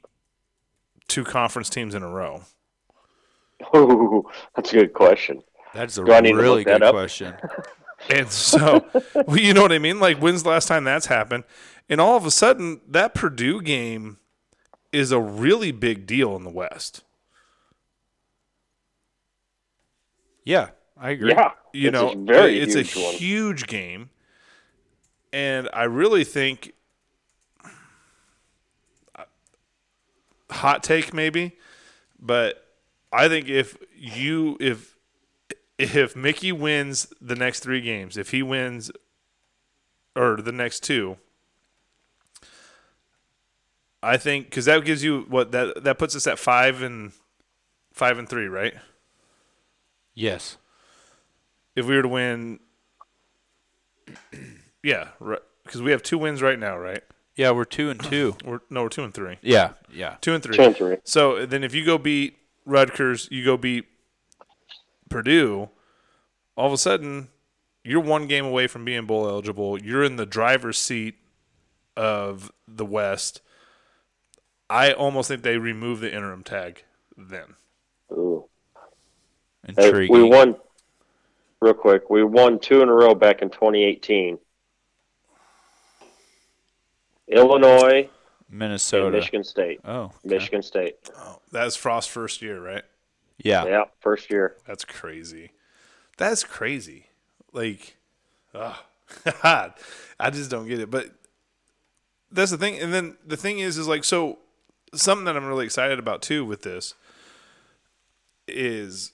B: two conference teams in a row.
C: Ooh, Oh, that's a good question.
A: That's a
C: Do I need to
A: really
C: look that
A: good
C: up?
A: question.
B: And so, well, you know what I mean? Like, when's the last time that's happened? And all of a sudden, that Purdue game is a really big deal in the West.
A: Yeah, I agree.
C: Yeah,
B: You
C: it's
B: know,
C: a very
B: it's
C: huge
B: a
C: one.
B: huge game. And I really think, hot take maybe, but I think if you, if, if Mickey wins the next three games, if he wins or the next two, I think because that gives you what that that puts us at five and five and three, right?
A: Yes.
B: If we were to win, yeah, right. Because we have two wins right now, right?
A: Yeah, we're two and two.
B: We're no, we're two and three,
A: Yeah, yeah.
B: two and three.
C: Two and three.
B: So then, if you go beat Rutgers, you go beat Purdue. All of a sudden, you're one game away from being bowl eligible. You're in the driver's seat of the West. I almost think they remove the interim tag then.
C: Ooh. Hey,
A: Intriguing.
C: we won real quick. We won two in a row back in 2018. Illinois and
A: Minnesota.
C: Michigan State.
A: Oh, okay.
C: Michigan State.
B: That's Frost's first year, right?
A: yeah.
C: Yeah, first year.
B: That's crazy. That's crazy. Like, oh, I just don't get it. But that's the thing. And then the thing is, is like, so something that I'm really excited about too with this is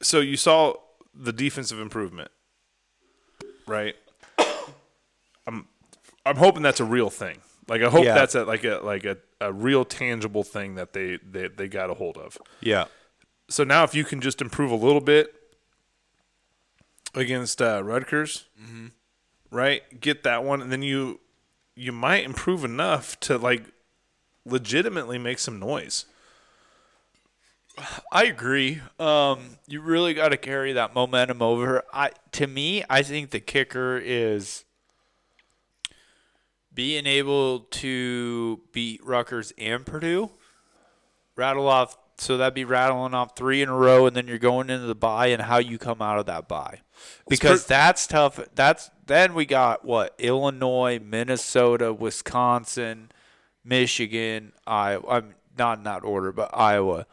B: so you saw the defensive improvement, right? I'm I'm hoping that's a real thing. Like I hope
A: Yeah.
B: that's a, like a like a, a real tangible thing that they, they they got a hold of.
A: Yeah.
B: So now, if you can just improve a little bit against uh, Rutgers,
A: Mm-hmm.
B: right? Get that one, and then you you might improve enough to like legitimately make some noise.
A: I agree. Um, you really got to carry that momentum over. I to me, I think the kicker is being able to beat Rutgers and Purdue, rattle off. So that'd be rattling off three in a row, and then you're going into the bye, and how you come out of that bye, because
B: per-
A: that's tough. That's then we got what Illinois, Minnesota, Wisconsin, Michigan, Iowa. I'm not in that order, but Iowa.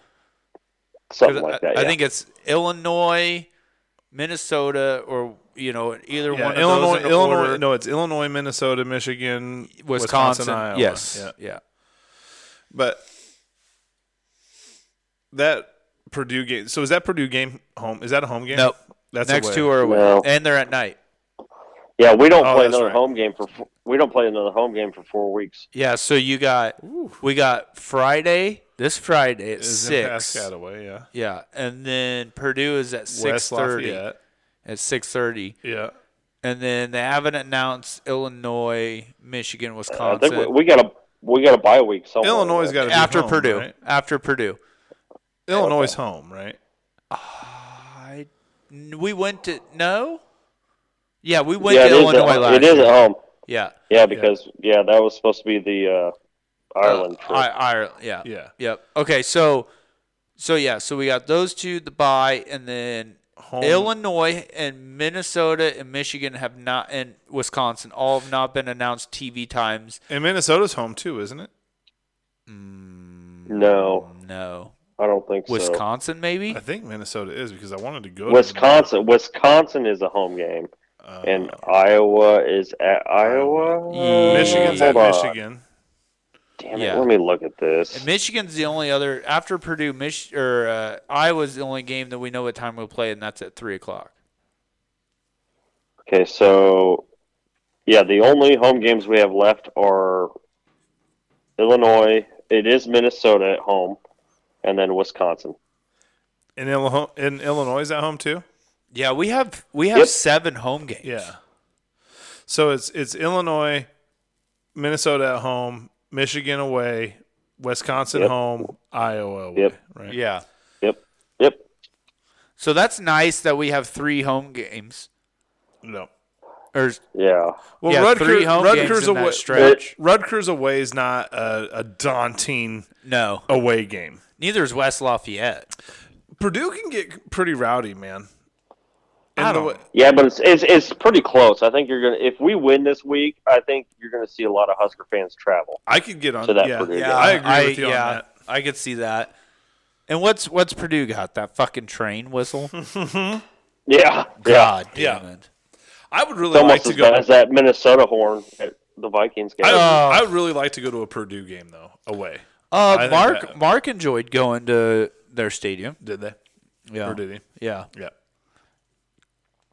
C: Something
A: I-
C: like that.
A: I
C: yeah.
A: think it's Illinois, Minnesota, or you know either one of
B: Illinois,
A: those in
B: Illinois.
A: order.
B: No, it's Illinois, Minnesota, Michigan,
A: Wisconsin,
B: Wisconsin Iowa.
A: yes,
B: Yeah.
A: yeah.
B: But that Purdue game. So is that Purdue game home? Is that a home game?
A: Nope.
B: That's
A: Next
B: away.
A: two are away,
C: No.
A: and they're at night.
C: Yeah, we don't
B: Oh,
C: play
B: that's
C: another
B: right.
C: home game for f- we don't play another home game for four weeks.
A: Yeah, so you got we got Friday this Friday at
B: Is in
A: six.
B: Piscataway, yeah.
A: Yeah, and then Purdue is at six
B: West
A: thirty.
B: Lafayette.
A: At six thirty,
B: Yeah.
A: and then they haven't announced Illinois, Michigan,
C: Uh, I
A: Wisconsin.
C: think we, we got a we got a bye week somewhere.
B: Illinois got to
A: Oh, after
B: home,
A: Purdue,
B: right?
A: after Purdue,
B: Illinois is home, right?
A: I we went to no, yeah, we went
C: yeah, it
A: to
C: is
A: Illinois
C: at,
A: last
C: it is
A: year.
C: at home.
A: Yeah,
C: Yeah, because yeah. that was supposed to be the uh, Ireland trip.
A: I, Ireland. Yeah.
B: Yeah.
A: Yep. Okay. So, so yeah. So we got those two, the bye, and then
B: Home.
A: Illinois and Minnesota and Michigan have not, and Wisconsin all have not been announced TV times.
B: And Minnesota's home too, isn't it? Um,
C: no,
A: No.
C: I don't think Oh. so.
A: Wisconsin, maybe.
B: I think Minnesota is because I wanted to go. to-
C: Wisconsin, Wisconsin is a home game,
B: Uh,
C: and Iowa is at Iowa.
A: Yeah.
B: Michigan's at
C: Hold on.
B: Michigan.
C: Damn it!
A: Yeah.
C: Let me look at this.
A: And Michigan's the only other after Purdue, Mich- or uh, Iowa's the only game that we know what time we'll play, and that's at three o'clock.
C: Okay, so yeah, the only home games we have left are Illinois. It is Minnesota at home, and then Wisconsin.
B: And Illinois, and Illinois is at home too.
A: Yeah, we have we have
C: Yep.
A: seven home games.
B: Yeah. So it's it's Illinois, Minnesota at home, Michigan away, Wisconsin
C: Yep.
B: home, Iowa away.
C: Yep.
B: Right.
A: Yeah.
C: Yep, yep.
A: So that's nice that we have three home games.
B: No.
A: Or
C: Yeah,
B: Well,
A: Yeah,
B: Rutger-
A: three home games
B: Rutgers
A: in that
B: away.
A: stretch.
B: Rutgers away is not a, a daunting
A: no,
B: away game.
A: neither is West Lafayette.
B: Purdue can get pretty rowdy, man. And
A: I
B: the
A: don't-
B: way-
C: yeah, but it's, it's it's pretty close. I think you're gonna if we win this week, I think you're gonna see a lot of Husker fans travel.
B: I could get on.
C: So that
B: yeah,
C: Purdue
B: yeah, I agree with you
A: yeah,
B: on that.
A: I could see that. And what's what's Purdue got? That fucking train whistle.
C: Yeah, yeah.
A: God
B: Yeah.
A: damn it.
B: I would really
C: It's
B: like
C: almost
B: to
C: as bad
B: go.
C: as that Minnesota horn at the Vikings game.
B: I, would-
A: Oh.
B: I would really like to go to a Purdue game though. Away,
A: Uh,
B: think
A: Mark
B: that-
A: Mark enjoyed going to their stadium.
B: did they?
A: Yeah,
B: Or did he?
A: yeah,
B: Yeah.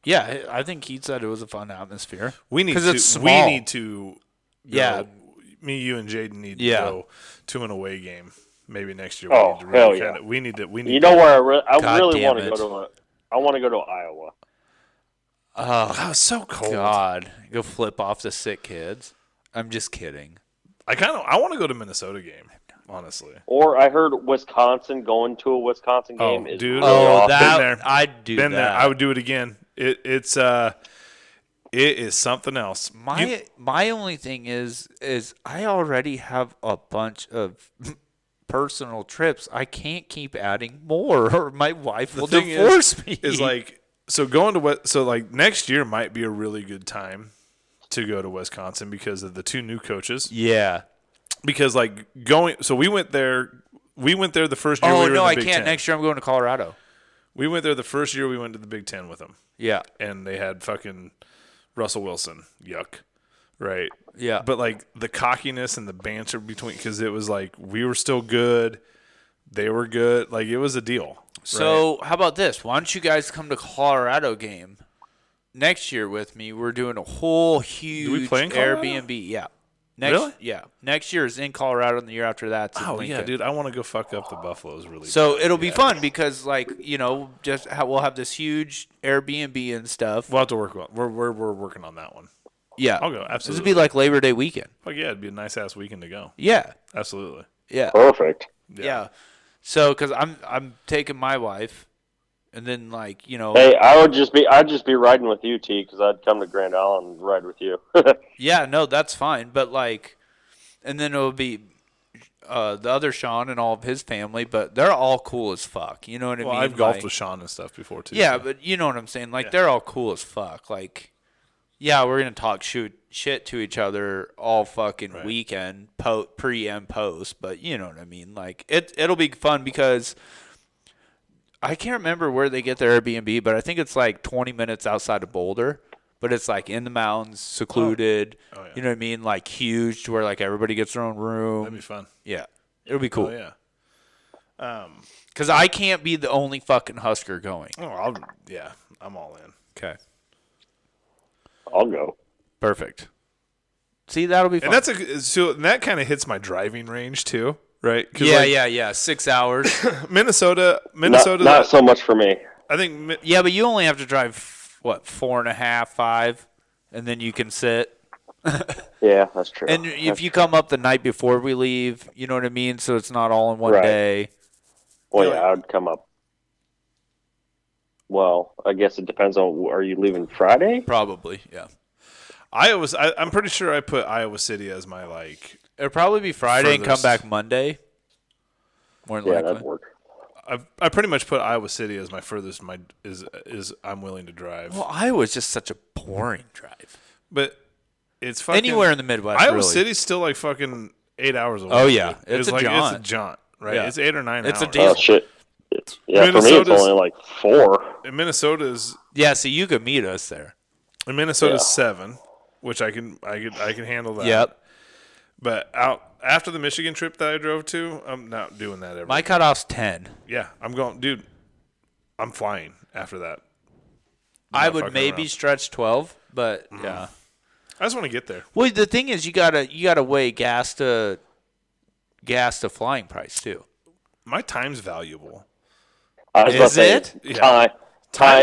A: yeah. I I think he said it was a fun atmosphere.
B: We need
A: 'Cause
B: to.
A: it's
B: We
A: small.
B: need to. go-
A: Yeah.
B: Me, you, and Jaden need to
A: Yeah.
B: go to an away game. Maybe next year. we
C: Oh,
B: need to
C: hell
B: really
C: yeah.
B: kinda- We need to. We need.
C: you know where I, re- I
A: God
C: really
A: damn
C: want to
A: it.
C: go to? A, I want to go to Iowa.
A: Oh
B: I was so cold.
A: God, go flip off the sick kids. I'm just kidding.
B: I kind of. I want to go to Minnesota game. Honestly.
C: Or I heard Wisconsin going to a Wisconsin
B: Oh,
C: game is
B: dude.
C: really
B: Oh,
C: awesome.
B: been
A: that
B: there.
A: I'd do
B: Been
A: that.
B: there. I would do it again. It. It's. Uh. It is something else.
A: My
B: You-
A: my only thing is is I already have a bunch of personal trips. I can't keep adding more, or my wife will
B: thing is-
A: divorce me.
B: is like so going to what so like next year might be a really good time to go to Wisconsin because of the two new coaches.
A: yeah.
B: Because like going so we went there we went there the first year we
A: Oh
B: were
A: no, I
B: in the Big
A: can't.
B: Ten.
A: Next year I'm going to Colorado.
B: we went there the first year we went to the Big 10 with them
A: Yeah,
B: and they had fucking Russell Wilson. Yuck. Right.
A: yeah.
B: But like the cockiness and the banter between cuz it was like we were still good, they were good, like it was a deal. right?
A: so how about this? Why don't you guys come to Colorado game next year with me? We're doing a whole huge
B: play in Colorado?
A: Airbnb. Yeah. Next,
B: Really?
A: Yeah. Next year is in Colorado, and the year after that's in
B: Oh yeah,
A: Lincoln.
B: dude! I want to go fuck up the Buffaloes really.
A: So it'll be fun because, like, you know, just ha- we'll have this huge Airbnb and stuff.
B: We'll have to work on. We're we're, we're working on that one.
A: yeah,
B: I'll go.
A: This would
B: Absolutely.
A: be like Labor Day weekend.
B: Fuck yeah, it'd be a nice ass weekend to go.
A: Yeah,
B: Absolutely.
A: yeah,
C: Perfect.
A: yeah. So, because I'm I'm taking my wife, and then like you know,
C: Hey, I would just be I'd just be riding with you, T, because I'd come to Grand Island and ride with you.
A: yeah, no, that's fine. But like, and then it'll be. Uh, the other Sean and all of his family, but they're all cool as fuck. You know what I
B: Well,
A: mean?
B: I've golfed
A: Like-
B: with Sean and stuff before too.
A: Yeah,
B: so-
A: but you know what I'm saying. Like they're all cool as fuck. Like, yeah, we're gonna talk shoot shit to each other all fucking weekend, po- pre and post. But you know what I mean. Like it, it'll be fun because I can't remember where they get their Airbnb, but I think it's like 20 minutes outside of Boulder. But it's like in the mounds, secluded.
B: Oh, yeah.
A: You know what I mean? Like huge, to where like everybody gets their own room.
B: that'd be Oh, fun.
A: yeah, it'll be cool.
B: Oh yeah. Um,
A: Because I can't be the only fucking Husker going.
B: oh, I'll, yeah, I'm all in.
A: Okay.
C: I'll go.
A: Perfect. See, that'll be fun.
B: And that's a so and that kind of hits my driving range too, right? 'Cause,
A: yeah,
B: like,
A: yeah, yeah. Six hours.
B: Minnesota,
C: Not,
B: Minnesota.
C: not so much for me.
B: I think Mi-
A: yeah, but you only have to drive what four and a half, five, and then you can sit.
C: Yeah, that's true.
A: And if
C: That's-
A: you come up the night before we leave, you know what I mean. So it's not all in one
C: Right.
A: day.
C: well, yeah, I would come up. Well, I guess it depends on. Are you leaving Friday?
A: Probably, yeah.
B: Iowa's. I, I'm pretty sure I put Iowa City as my like.
A: It'll probably be Friday and come
B: Furthest.
A: back Monday. More than
C: Yeah,
A: likely.
C: that'd work.
B: I I pretty much put Iowa City as my furthest. My is is I'm willing to drive,
A: Well, Iowa's just such a boring drive.
B: but it's fucking
A: Anywhere in the Midwest,
B: Iowa
A: really.
B: City's still like fucking eight hours away.
A: Oh, yeah.
B: dude.
A: It's
B: it's
A: a
B: like it's a
A: jaunt.
B: jaunt, right?
A: Yeah.
B: It's eight or nine.
A: It's a
B: hours.
A: deal.
C: Oh shit. It's, yeah, for me it's
B: Minnesota's-
C: only like four.
B: And Minnesota's
A: Yeah, so you could meet us there.
B: and Minnesota's
C: Yeah.
B: seven, which I can I could I can handle that.
A: Yep.
B: But out after the Michigan trip that I drove to, I'm not doing that ever.
A: My cutoff's ten.
B: yeah, I'm going, dude. I'm flying after that.
A: I
B: not
A: would
B: fucking
A: maybe
B: around. Mm-hmm.
A: stretch twelve, but yeah.
B: I just want to get there.
A: Well, the thing is, you gotta you gotta weigh gas to gas to flying price too.
B: My time's valuable.
C: I was
A: Is
C: about to say,
A: it?
B: Yeah.
C: Time,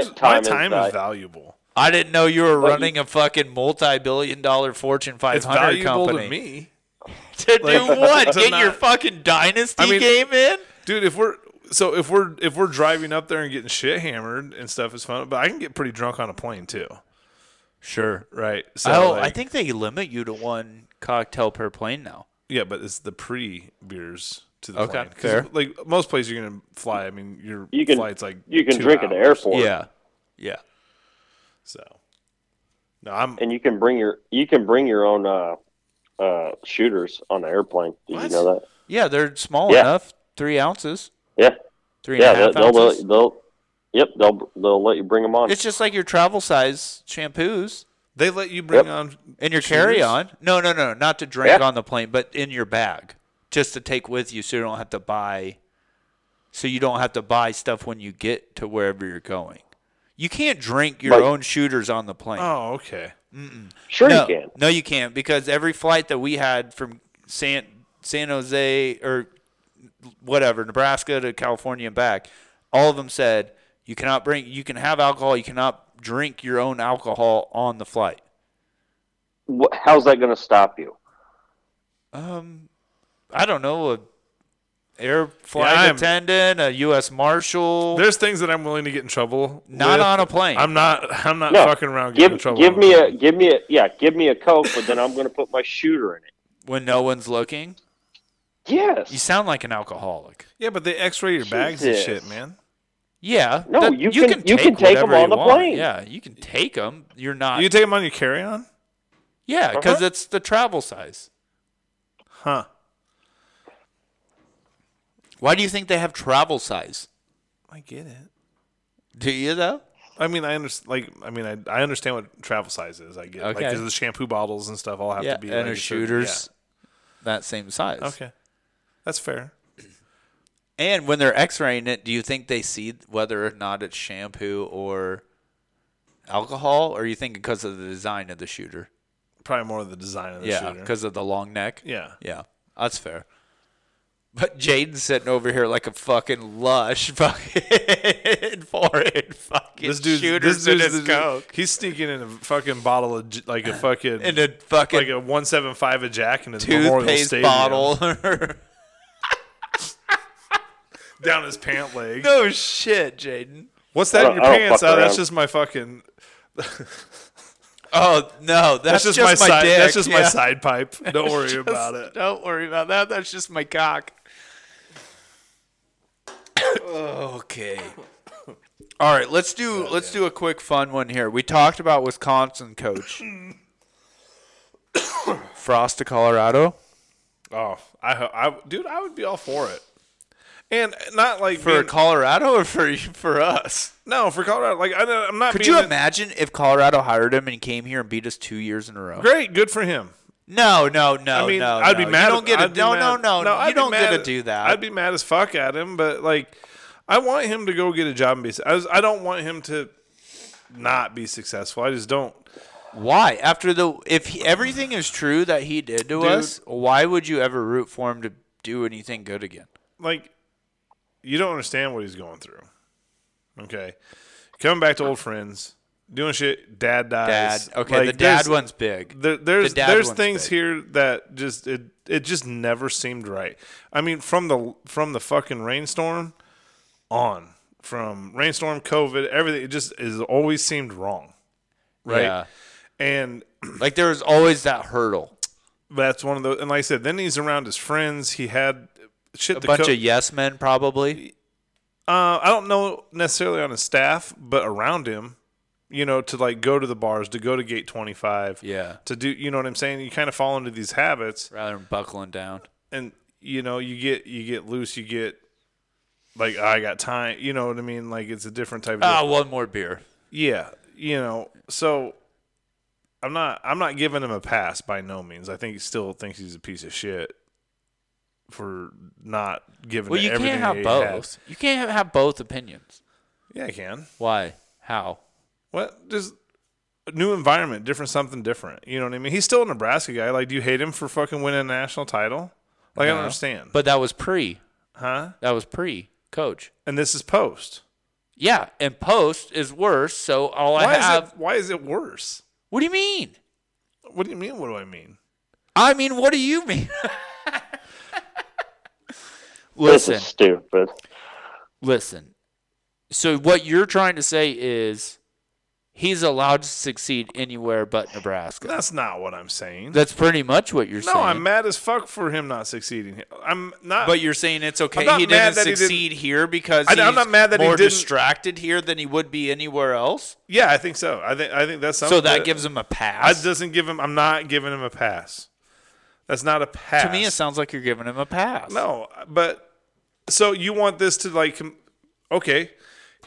C: time,
B: Time's-
C: time,
B: my
C: is,
B: time
C: val-
B: is valuable.
A: I didn't know you were
C: you-
A: running a fucking multi-billion-dollar Fortune 500
B: It's valuable
A: company.
B: to me,
A: To do
B: Like,
A: what?
B: to
A: Get your
B: not-
A: fucking dynasty
B: I mean-
A: game in?
B: dude. If we're so if we're if we're driving up there and getting shit hammered and stuff is fun, but I can get pretty drunk on a plane too,
A: Sure.
B: right? So
A: Oh, I
B: like-
A: think they limit you to one cocktail per plane now.
B: Yeah, but it's the pre beers to the
A: Okay,
B: plane. 'Cause,
A: fair.
B: Like most places, you're gonna fly. I mean, your
C: You can-
B: flight's like
C: you can
B: two
C: drink at the
B: hours,
C: airport.
A: Yeah. Yeah.
B: So no, I'm
C: and you can bring your you can bring your own uh, uh, shooters on the airplane. Did you
B: What?
C: know that?
A: Yeah, they're small
C: Yeah.
A: enough. Three ounces.
C: Yeah,
A: Three and a
C: yeah.
A: half
C: They'll,
A: ounces.
C: they'll they'll yep they'll they'll let you bring them on.
A: it's just like your travel size shampoos
B: they let you bring
C: Yep.
B: on
A: and your
B: shooters?
A: carry on. No, no, no. Not to drink
C: Yeah.
A: on the plane, but in your bag. Just to take with you so you don't have to buy so you don't have to buy stuff when you get to wherever you're going. You can't drink your
C: Like-
A: own shooters on the plane.
B: Oh, okay.
C: sure
A: no,
C: you can.
A: No, you can't because every flight that we had from San San Jose or whatever Nebraska to California and back, all of them said you cannot bring, you can have alcohol, you cannot drink your own alcohol on the flight.
C: Wh- How's that going to stop you?
A: Um, I don't know a air flight
B: Yeah, I'm-
A: attendant, a U.S. marshal,
B: There's things that I'm willing to get in trouble.
A: not
B: with.
A: on a plane.
B: I'm not. I'm not
C: No,
B: fucking around. Getting in
C: Give
B: trouble.
C: give
B: on
C: me a
B: plane.
C: give me a yeah give me a coke, but then I'm going to put my shooter in it.
A: when no one's looking, you
C: Yes.
A: sound like an alcoholic.
B: Yeah, but they X-ray your bags and
C: Jesus.
B: shit, man.
A: Yeah.
C: No,
A: that-
C: you can- you can take 'em
A: whatever
C: on
A: you
C: the
A: want.
C: plane.
A: Yeah, you can take them. You're not.
B: You take them on your carry-on,
A: Yeah, because
C: Uh-huh.
A: it's the travel size.
B: huh?
A: Why do you think they have travel size?
B: I get it.
A: Do you though?
B: I mean, I understand. Like, I mean, I, I understand what travel size is. I get it. like
A: Okay.
B: 'cause the shampoo bottles and stuff. All have
A: Yeah,
B: to be
A: and
B: like
A: our
B: a certain-
A: shooters that same size.
B: yeah. Okay, that's fair.
A: And when they're X-raying it, do you think they see whether or not it's shampoo or alcohol, or you think because of the design of the shooter?
B: Probably more of the design of the
A: yeah,
B: shooter.
A: because of the long neck.
B: Yeah.
A: yeah, that's fair. But Jaden's sitting over here like a fucking lush fucking foreign fucking
B: This dude's,
A: shooters
B: this
A: in
B: dude's
A: his
B: the-
A: coke
B: He's sneaking in a fucking bottle of j- like a fucking
A: and a fucking
B: like a one seven five a Jack in his Memorial
A: toothpaste
B: Stadium
A: bottle.
B: down his pant leg.
A: no shit, Jaden.
B: What's
C: I
B: that in
C: don't-
B: your
C: I don't
B: pants?
C: fuck
B: Oh, that's
C: around.
B: just my fucking.
A: Oh no, that's,
B: That's,
A: just,
B: just, my, side.
A: dick.
B: That's just my
A: yeah.
B: side pipe. Don't worry about it.
A: Don't worry about that. That's just my cock. okay. All right, let's do let's do a quick fun one here. We talked about Wisconsin coach Frost to Colorado
B: Oh, I, ho- I, dude, I would be all for it. And not like
A: for
B: being-
A: Colorado or for for us.
B: no for Colorado. Like I, don't- I'm not.
A: Could
B: being
A: you
B: in-
A: imagine if Colorado hired him and he came here and beat us two years in a row?
B: Great, good for him.
A: No, no, no.
B: I mean,
A: no,
B: I'd be
A: no.
B: mad.
A: You don't
B: if-
A: get a,
B: I'd be
A: no,
B: mad-
A: no, no, no.
B: I'd
A: You
B: be
A: don't
B: mad
A: get to
B: at-
A: do that.
B: I'd be mad as fuck at him, but like, I want him to go get a job and be. s- I, was, I don't want him to not be successful. I just don't.
A: why? After the if he, everything is true that he did to
B: Dude.
A: us, why would you ever root for him to do anything good again?
B: like you don't understand what he's going through. Okay. Coming back to old friends, doing shit, dad
A: Dad.
B: dies.
A: Okay,
B: Like,
A: the dad
B: there's-
A: one's big.
B: There, there's
A: the dad
B: there's
A: one's
B: things
A: big.
B: here that just it it just never seemed right. I mean, from the from the fucking rainstorm on, from rainstorm, COVID, everything, it just is always seemed wrong. Right.
A: Yeah.
B: And
A: Like there was always that hurdle.
B: that's one of those. And like I said, then he's around his friends. He had shit.
A: A
B: the
A: bunch
B: co-
A: of yes men, probably.
B: Uh, I don't know necessarily on his staff, but around him, you know, to like go to the bars, to go to gate 25,
A: Yeah.
B: to do, you know what I'm saying? You kind of fall into these habits
A: Rather than buckling down.
B: and, you know, you get, you get loose, you get like, I got time, you know what I mean? Like it's a different type of,
A: Ah, one more beer.
B: yeah, you know, so I'm not, I'm not giving him a pass by no means. I think he still thinks he's a piece of shit for not giving
A: Well,
B: it
A: you
B: everything
A: can't have
B: he
A: both.
B: had.
A: You can't have both opinions.
B: Yeah, I can.
A: Why? How?
B: What? Just a new environment, different something different. You know what I mean? He's still a Nebraska guy. Like, do you hate him for fucking winning a national title? Like, I don't
A: No.
B: understand.
A: But that was pre.
B: huh?
A: That was pre coach.
B: And this is post.
A: Yeah, and post is worse. So all
B: Why
A: I have.
B: is it? Why is it worse?
A: What do you mean?
B: What do you mean? What do I mean?
A: I mean, what do you mean?
C: This
A: listen,
C: is stupid.
A: listen. So what you're trying to say is he's allowed to succeed anywhere but Nebraska.
B: That's not what I'm saying.
A: That's pretty much what you're
B: no,
A: saying.
B: I'm mad as fuck for him not succeeding. I'm not.
A: But you're saying it's okay.
B: I'm not
A: He didn't
B: mad that he didn't-
A: succeed here because
B: I- I'm
A: he's
B: not mad that he
A: more
B: didn't-
A: distracted here than he would be anywhere else.
B: yeah, I think so. I think I think that's something.
A: so that gives him a
B: I
A: pass.
B: doesn't give him. I'm not giving him a pass. That's not a pass
A: to me, it sounds like you're giving him a pass.
B: No, but so you want this to like com- okay,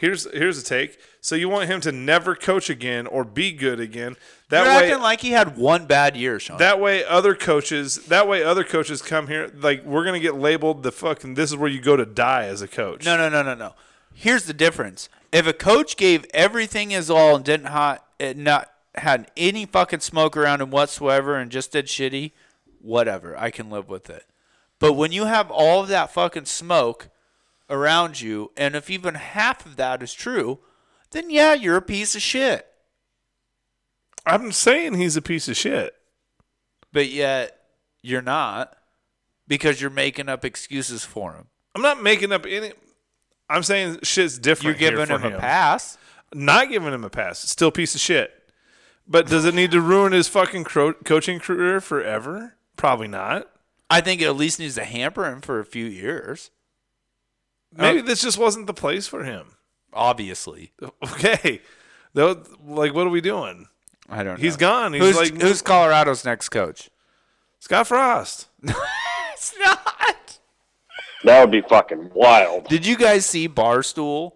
B: here's here's a take. So you want him to never coach again or be good again. That
A: you're
B: way
A: acting like he had one bad year, Sean.
B: that way other coaches that way other coaches come here like we're going to get labeled the fucking this is where you go to die as a coach.
A: No, no, no, no, no. Here's the difference. If a coach gave everything his all and didn't hot, it not had any fucking smoke around him whatsoever and just did shitty, whatever. I can live with it. But when you have all of that fucking smoke around you, and if even half of that is true, then yeah, you're a piece of shit.
B: I'm saying he's a piece of shit.
A: But yet you're not because you're making up excuses for him.
B: I'm not making up any I'm saying shit's
A: You're
B: different. here
A: giving
B: for
A: him a pass.
B: Not giving him a pass. Still a piece of shit. But does it need to ruin his fucking cro- coaching career forever? Probably not.
A: I think it at least needs to hamper him for a few years. Uh,
B: Maybe this just wasn't the place for him.
A: Obviously.
B: Okay. Though like what are we doing?
A: I don't know.
B: He's gone. He's
A: who's,
B: like
A: who's Colorado's next coach?
B: Scott Frost.
A: It's not.
C: That would be fucking wild.
A: Did you guys see Barstool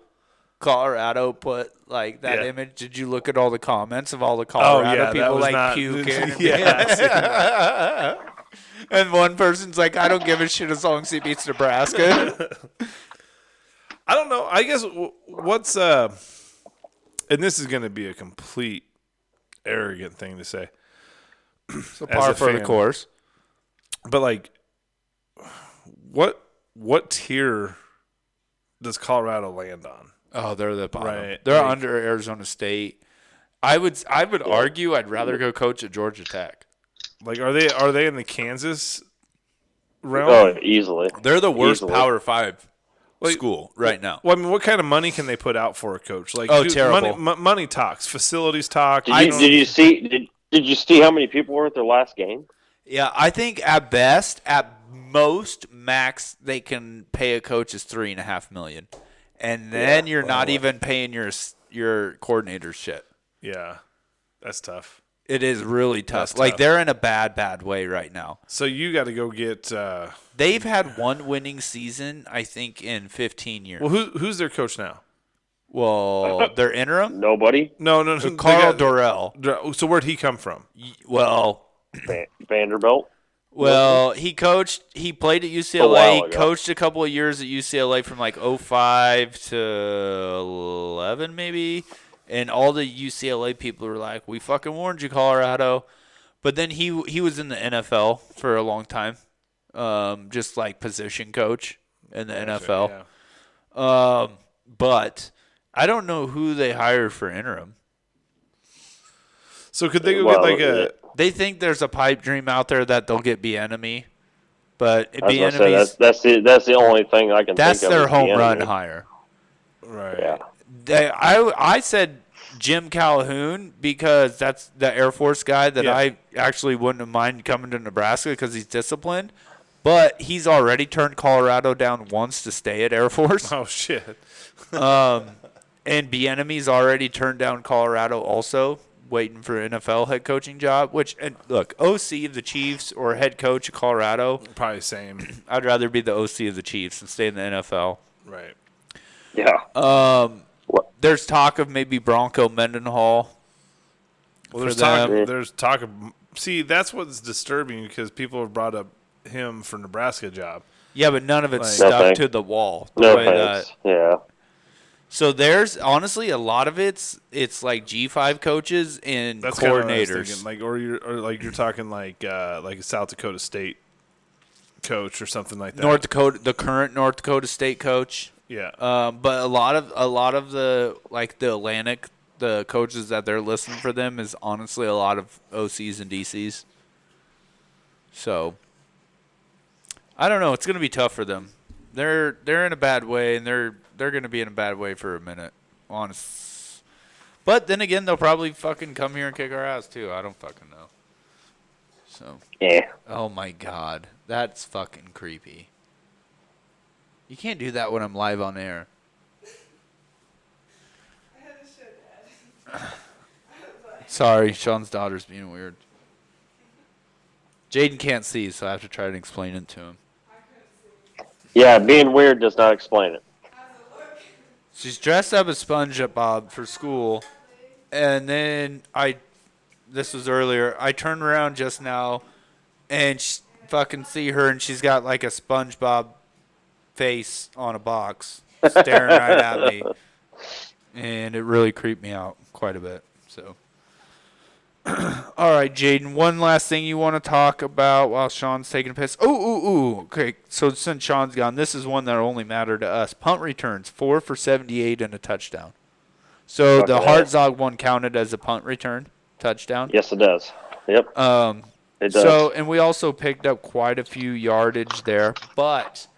A: Colorado put like that
B: Yeah. Oh,
A: image? Did you look at all the comments of all the Colorado people like puking?
B: yeah. I see.
A: And one person's like, I don't give a shit as long as he beats Nebraska.
B: I don't know. I guess w- what's uh and this is going to be a complete arrogant thing to say.
A: so
B: As
A: par
B: a
A: for the
B: fan.
A: course.
B: But like what what tier does Colorado land on?
A: Oh, they're the bottom.
B: Right.
A: They're
B: Like-
A: under Arizona State. I would I would argue I'd rather go coach at Georgia Tech.
B: Like are they are they in the Kansas realm?
C: Oh, easily.
A: They're the worst
C: Easily.
A: Power Five school right now.
B: Well, I mean, what kind of money can they put out for a coach? Like,
A: Oh,
B: dude,
A: terrible.
B: Money, m- money talks, facilities talk.
C: Did
B: I
C: you,
B: don't-
C: did you see? Did, did you see how many people were at their last game?
A: Yeah, I think at best, at most max, they can pay a coach is three and a half million, and then you're not even paying your s- your coordinator shit.
B: yeah, that's tough.
A: It is really tough.
B: That's
A: Like
B: tough.
A: they're in a bad, bad way right now.
B: So you got to go get. Uh,
A: They've had one winning season, I think, in 15 years.
B: well, who who's their coach now?
A: Well, their interim,
C: Nobody.
B: No, no, no. they
A: Carl
B: got-
A: Dorrell.
B: Dor- So where'd he come from?
A: Y- Well,
C: Van- Vanderbilt.
A: Well, he coached. He played at UCLA.
C: while
A: He
C: ago.
A: coached a couple of years at UCLA from like 05 to 11, maybe. And all the UCLA people were like, "We fucking warned you, Colorado." But then he he was in the NFL for a long time, um, just like position coach in the NFL.
B: Yeah.
A: Um, but I don't know who they hired for interim.
B: So could they go
C: Well,
B: get like a?
A: They think there's a pipe dream out there that they'll get B enemy, but
C: I was
A: B
C: gonna say that's
A: enemies
C: that's the that's the only thing I can.
A: that's
C: think
A: their
C: of is
A: home
C: the
A: run
C: enemy.
A: hire.
B: Right.
C: Yeah,
A: They, I I said Jim Calhoun because that's the Air Force guy that
B: Yeah.
A: I actually wouldn't have mind coming to Nebraska because he's disciplined, but he's already turned Colorado down once to stay at Air Force.
B: Oh shit.
A: And Bienemy's already turned down Colorado also, waiting for an NFL head coaching job, which and look, OC of the Chiefs or head coach of Colorado,
B: Probably same.
A: I'd rather be the OC of the Chiefs and stay in the NFL.
B: Right.
C: yeah.
A: Oh, There's talk of maybe Bronco Mendenhall.
B: Well, there's
A: for
B: talk.
A: them.
B: There's talk of. See, that's what's disturbing because people have brought up him for Nebraska job.
A: Yeah, but none of it's
B: Like-
A: stuck
C: No
A: to the wall. the
C: no
A: way
C: thanks.
A: that-
C: Yeah,
A: so there's honestly a lot of it's it's like G5 coaches and
B: That's kinda what I was thinking,
A: coordinators.
B: Like, or you're or like you're talking like uh, like a South Dakota State coach or something like that.
A: North Dakota, the current North Dakota State coach.
B: Yeah.
A: Um, but a lot of a lot of the like the Atlantic, the coaches that they're listing for them is honestly a lot of OCs and DCs. So I don't know. It's going to be tough for them. They're they're in a bad way, and they're they're going to be in a bad way for a minute, honest. But then again, they'll probably fucking come here and kick our ass too. I don't fucking know. So.
C: yeah.
A: Oh my god, that's fucking creepy. You can't do that when I'm live on air. Sorry, Sean's daughter's being weird. Jaden can't see, so I have to try to explain it to him.
C: Yeah, being weird does not explain it.
A: She's dressed up as SpongeBob for school, and then I, this was earlier. I turned around just now, and sh fucking see her, and she's got like a SpongeBob face on a box, staring right at me, and it really creeped me out quite a bit. So, all right, Jaden, one last thing you want to talk about while Sean's taking a piss? Ooh, ooh, ooh. Okay, so since Sean's gone, this is one that only mattered to us. Punt returns, four for seventy-eight and a touchdown. So the
C: Fucking hell.
A: Hartzog one counted as a punt return touchdown.
C: Yes, it does. Yep,
A: Um,
C: it does.
A: so, and we also picked up quite a few yardage there, but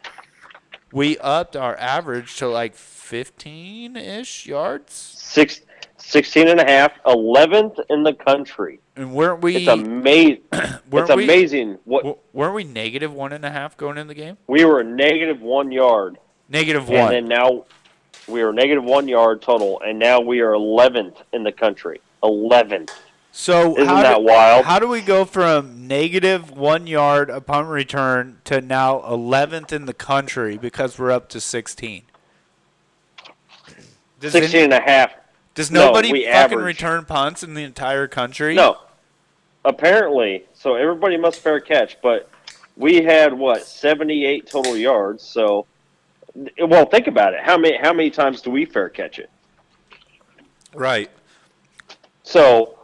A: we upped our average to like 15 ish yards.
C: Six, 16 and a half, 11th in the country.
A: And weren't we,
C: It's amazing.
A: Weren't
C: it's
A: we-
C: amazing what
A: w- weren't we negative one and a half going in the game?
C: we were negative one yard,
A: Negative one.
C: and then now we are negative one yard total, and now we are 11th in the country. 11th.
A: so,
C: Isn't
A: how
C: that
A: do,
C: wild?
A: How do we go from negative one yard upon return to now 11th in the country because we're up to 16? Does, any-
C: 16 and a half.
A: does
C: no,
A: nobody
C: we
A: fucking
C: averaged.
A: return punts in the entire country?
C: No. Apparently, so everybody must fair catch, but we had what 78 total yards. So, well, think about it. How many how many times do we fair catch it?
A: Right.
C: So,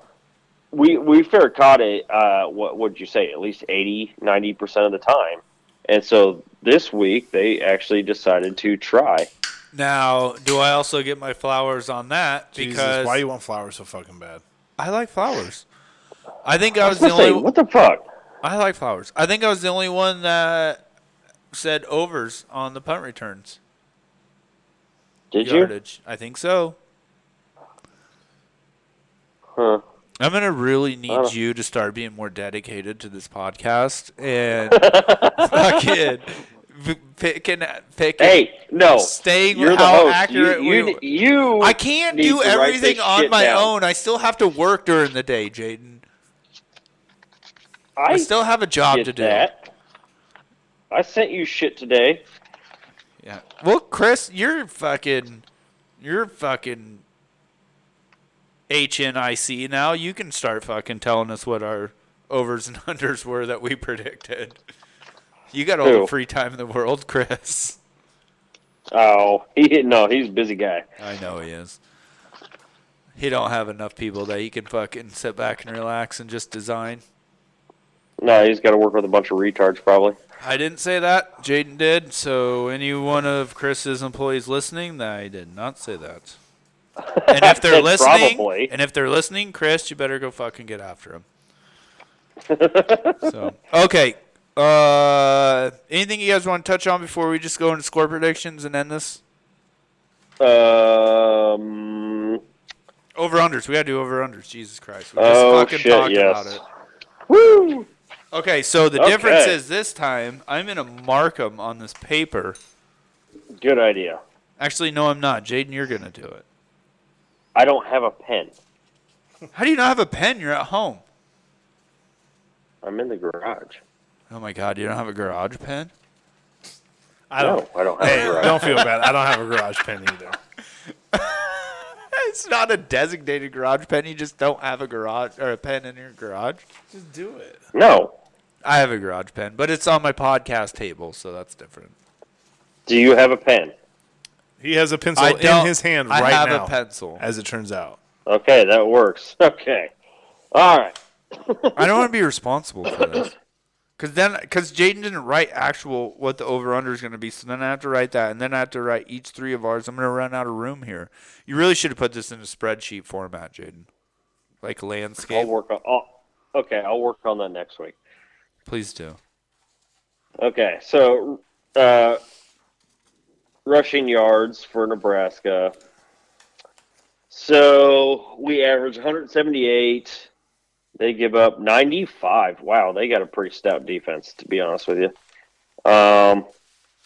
C: we we fair caught it. Uh, what would you say? At least 80, 90 percent of the time. And so this week they actually decided to try.
A: Now, do I also get my flowers on that?
B: Jesus,
A: Because
B: why you want flowers so fucking bad?
A: I like flowers. I think I was the
C: Let's say,
A: only.
C: what the fuck?
A: I like flowers. I think I was the only one that said overs on the punt returns
C: Did you?
A: yardage. I think so.
C: Huh.
A: I'm gonna really need
C: Uh.
A: you to start being more dedicated to this podcast and fucking v- picking picking.
C: Hey, no.
A: Staying
C: You're
A: with
C: the
A: how
C: host.
A: accurate
C: you,
A: we-
C: you, you
A: I can't
C: need
A: do
C: to write this
A: everything on
C: shit
A: my
C: down.
A: own. I still have to work during the day, Jaden. I still have a job
C: get
A: to do.
C: that. I sent you shit today.
A: Yeah. Well, Chris, you're fucking, you're fucking HNIC now. You can start fucking telling us what our overs and unders were that we predicted. You got all the
C: Who?
A: free time in the world, Chris.
C: Oh, he no, he's a busy guy.
A: I know he is. He don't have enough people that he can fucking sit back and relax and just design.
C: No, he's got to work with a bunch of retards probably.
A: I didn't say that. Jaden did. So any one of Chris's employees listening, I did not say that. And if they're listening,
C: Probably.
A: and if they're listening, Chris, you better go fucking get after him. so okay. Uh, anything you guys want to touch on before we just go into score predictions and end this?
C: Um.
A: Over unders. We gotta do over unders. Jesus Christ. We just
C: Oh
A: fucking
C: shit!
A: talked about
C: Yes.
A: it.
C: Woo!
A: Okay, so the difference
C: Okay.
A: is this time I'm gonna mark them on this paper.
C: Good idea.
A: Actually, no, I'm not. Jaden, you're gonna do it.
C: I don't have a pen.
A: How do you not have a pen? You're at home.
C: I'm in the garage.
A: Oh my God, you don't have a garage pen?
B: I don't.
C: No, I don't have
B: Hey,
C: a garage.
B: don't feel bad. I don't have a garage pen either.
A: It's not a designated garage pen. You just don't have a garage or a pen in your garage.
B: Just do it.
C: No.
A: I have a garage pen, but it's on my podcast table, so that's different.
C: Do you have a pen?
B: He has a pencil
A: I
B: in
A: don't-
B: his hand
A: I
B: right
A: have
B: now.
A: a pencil.
B: As it turns out,
C: Okay, that works. Okay. All right.
A: I don't want to be responsible for this. Cause then, cause Jaden didn't write actual what the over under is going to be, so then I have to write that, and then I have to write each three of ours. I'm going to run out of room here. You really should have put this in a spreadsheet format, Jaden, like
C: I'll
A: landscape.
C: work on. i okay, I'll work on that next week.
A: Please do.
C: Okay, so uh, rushing yards for Nebraska. So we average 178. They give up 95. Wow, they got a pretty stout defense, to be honest with you. Um,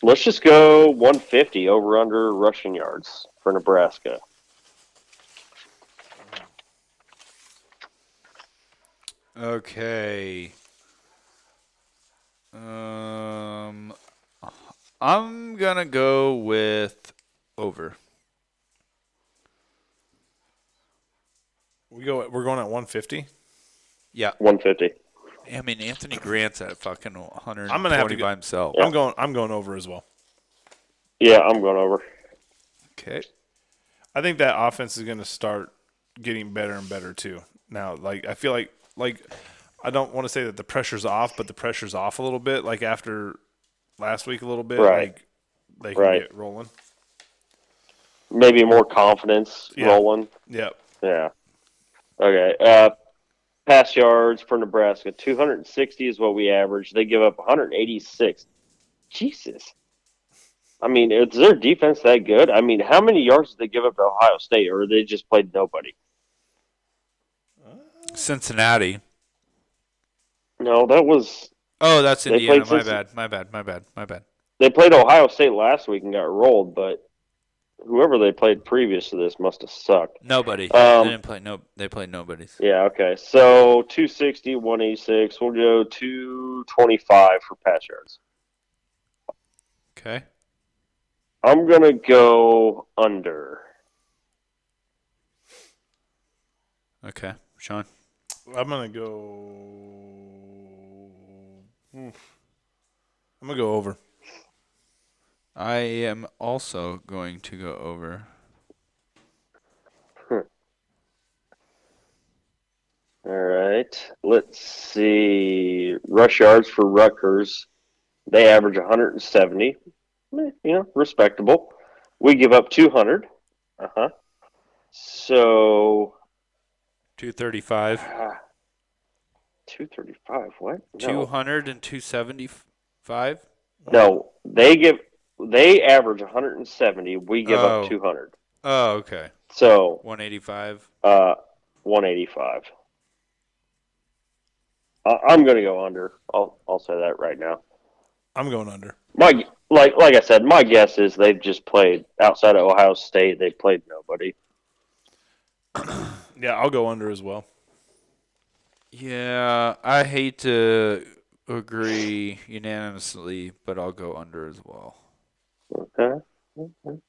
C: let's just go 150 over under rushing yards for Nebraska.
A: Okay. Um, I'm gonna go with over.
B: we go. We're going at 150.
A: Yeah,
C: 150.
A: I mean Anthony Grant's at fucking 120
B: I'm gonna have to go-
A: by himself.
B: I'm going. I'm going over as well.
C: Yeah, I'm going over.
A: Okay.
B: I think that offense is going to start getting better and better too. Now, like I feel like like I don't want to say that the pressure's off, but the pressure's off a little bit. Like after last week, a little bit,
C: Right.
B: like they can
C: Right.
B: get rolling.
C: Maybe more confidence
B: Yeah.
C: rolling.
B: Yep.
C: Yeah. Okay. Uh, pass yards for Nebraska, 260 is what we average. They give up 186. Jesus. I mean, is their defense that good? I mean, how many yards did they give up to Ohio State, or they just played nobody?
A: Cincinnati.
C: No, that was
A: Oh, that's
C: They
A: Indiana.
C: played
A: My
C: Cincy-
A: bad. My bad. My bad. My bad.
C: they played Ohio State last week and got rolled, but whoever they played previous to this must have sucked.
A: Nobody.
C: Um,
A: they didn't play. No, they played nobody's.
C: Yeah, okay. So 260, 186. We'll go 225 for pass yards.
A: Okay.
C: I'm gonna go under.
A: Okay. Sean.
B: I'm gonna go. Oof. hmm. I'm gonna go over.
A: I am also going to go over.
C: All right. Let's see. Rush yards for Rutgers. They average 170. Eh, You know, respectable. We give up 200. Uh huh. So
A: Two thirty-five,
C: ah, 235. What?
A: two
C: No.
A: hundred and two seventy-five.
C: no. They give. They average 170. We give
A: Oh.
C: up 200.
A: Oh, okay.
C: So
A: One eighty-five.
C: uh, 185. I- I'm gonna go under. I'll I'll say that right now.
B: I'm going under.
C: my like like I said, my guess is they've just played outside of Ohio State. They played nobody.
B: Yeah, I'll go under as well.
A: Yeah, I hate to agree unanimously, but I'll go under as well.
C: Okay. All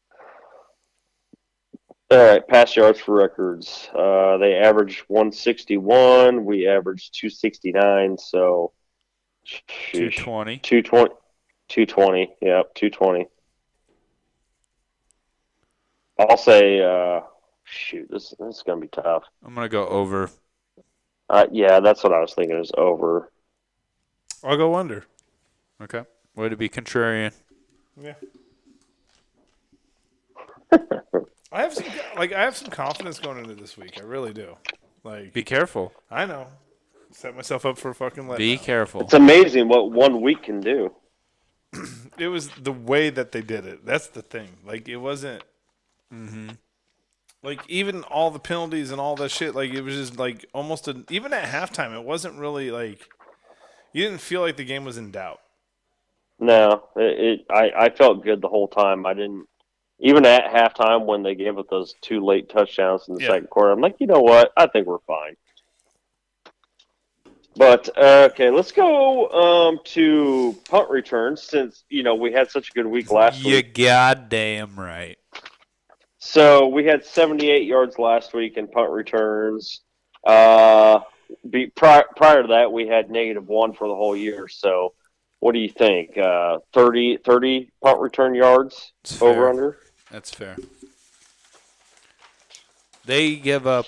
C: right, pass yards for records. Uh, they averaged 161. We averaged 269. So,
A: Two
C: sheesh.
A: twenty.
C: 220. 220. Yep, 220. I'll say, uh, shoot, this, this is going to be tough.
A: I'm gonna go over.
C: Uh, yeah, that's what I was thinking is over.
B: I'll go under.
A: Okay. Way to be contrarian.
B: Yeah. I have some like I have some confidence going into this week. I really do. Like
A: Be careful.
B: I know. Set myself up for a fucking letdown.
A: Be careful.
C: It's amazing what one week can do.
B: It was the way that they did it. That's the thing. Like it wasn't.
A: Mm-hmm.
B: Like even all the penalties and all that shit. Like it was just like almost an, even at halftime. It wasn't really like you didn't feel like the game was in doubt.
C: No, it, it I, I felt good the whole time. I didn't even at halftime when they gave up those two late touchdowns in the
B: Yeah.
C: second quarter. I'm like, you know what? I think we're fine. But uh, okay, let's go um, to punt returns since you know we had such a good week last
A: you
C: week.
A: goddamn right.
C: So we had 78 yards last week in punt returns. Uh, be, prior, prior to that, we had negative one for the whole year. So what do you think? Uh, 30, 30 punt return yards
A: It's
C: over
A: fair.
C: under?
A: That's fair. They give up.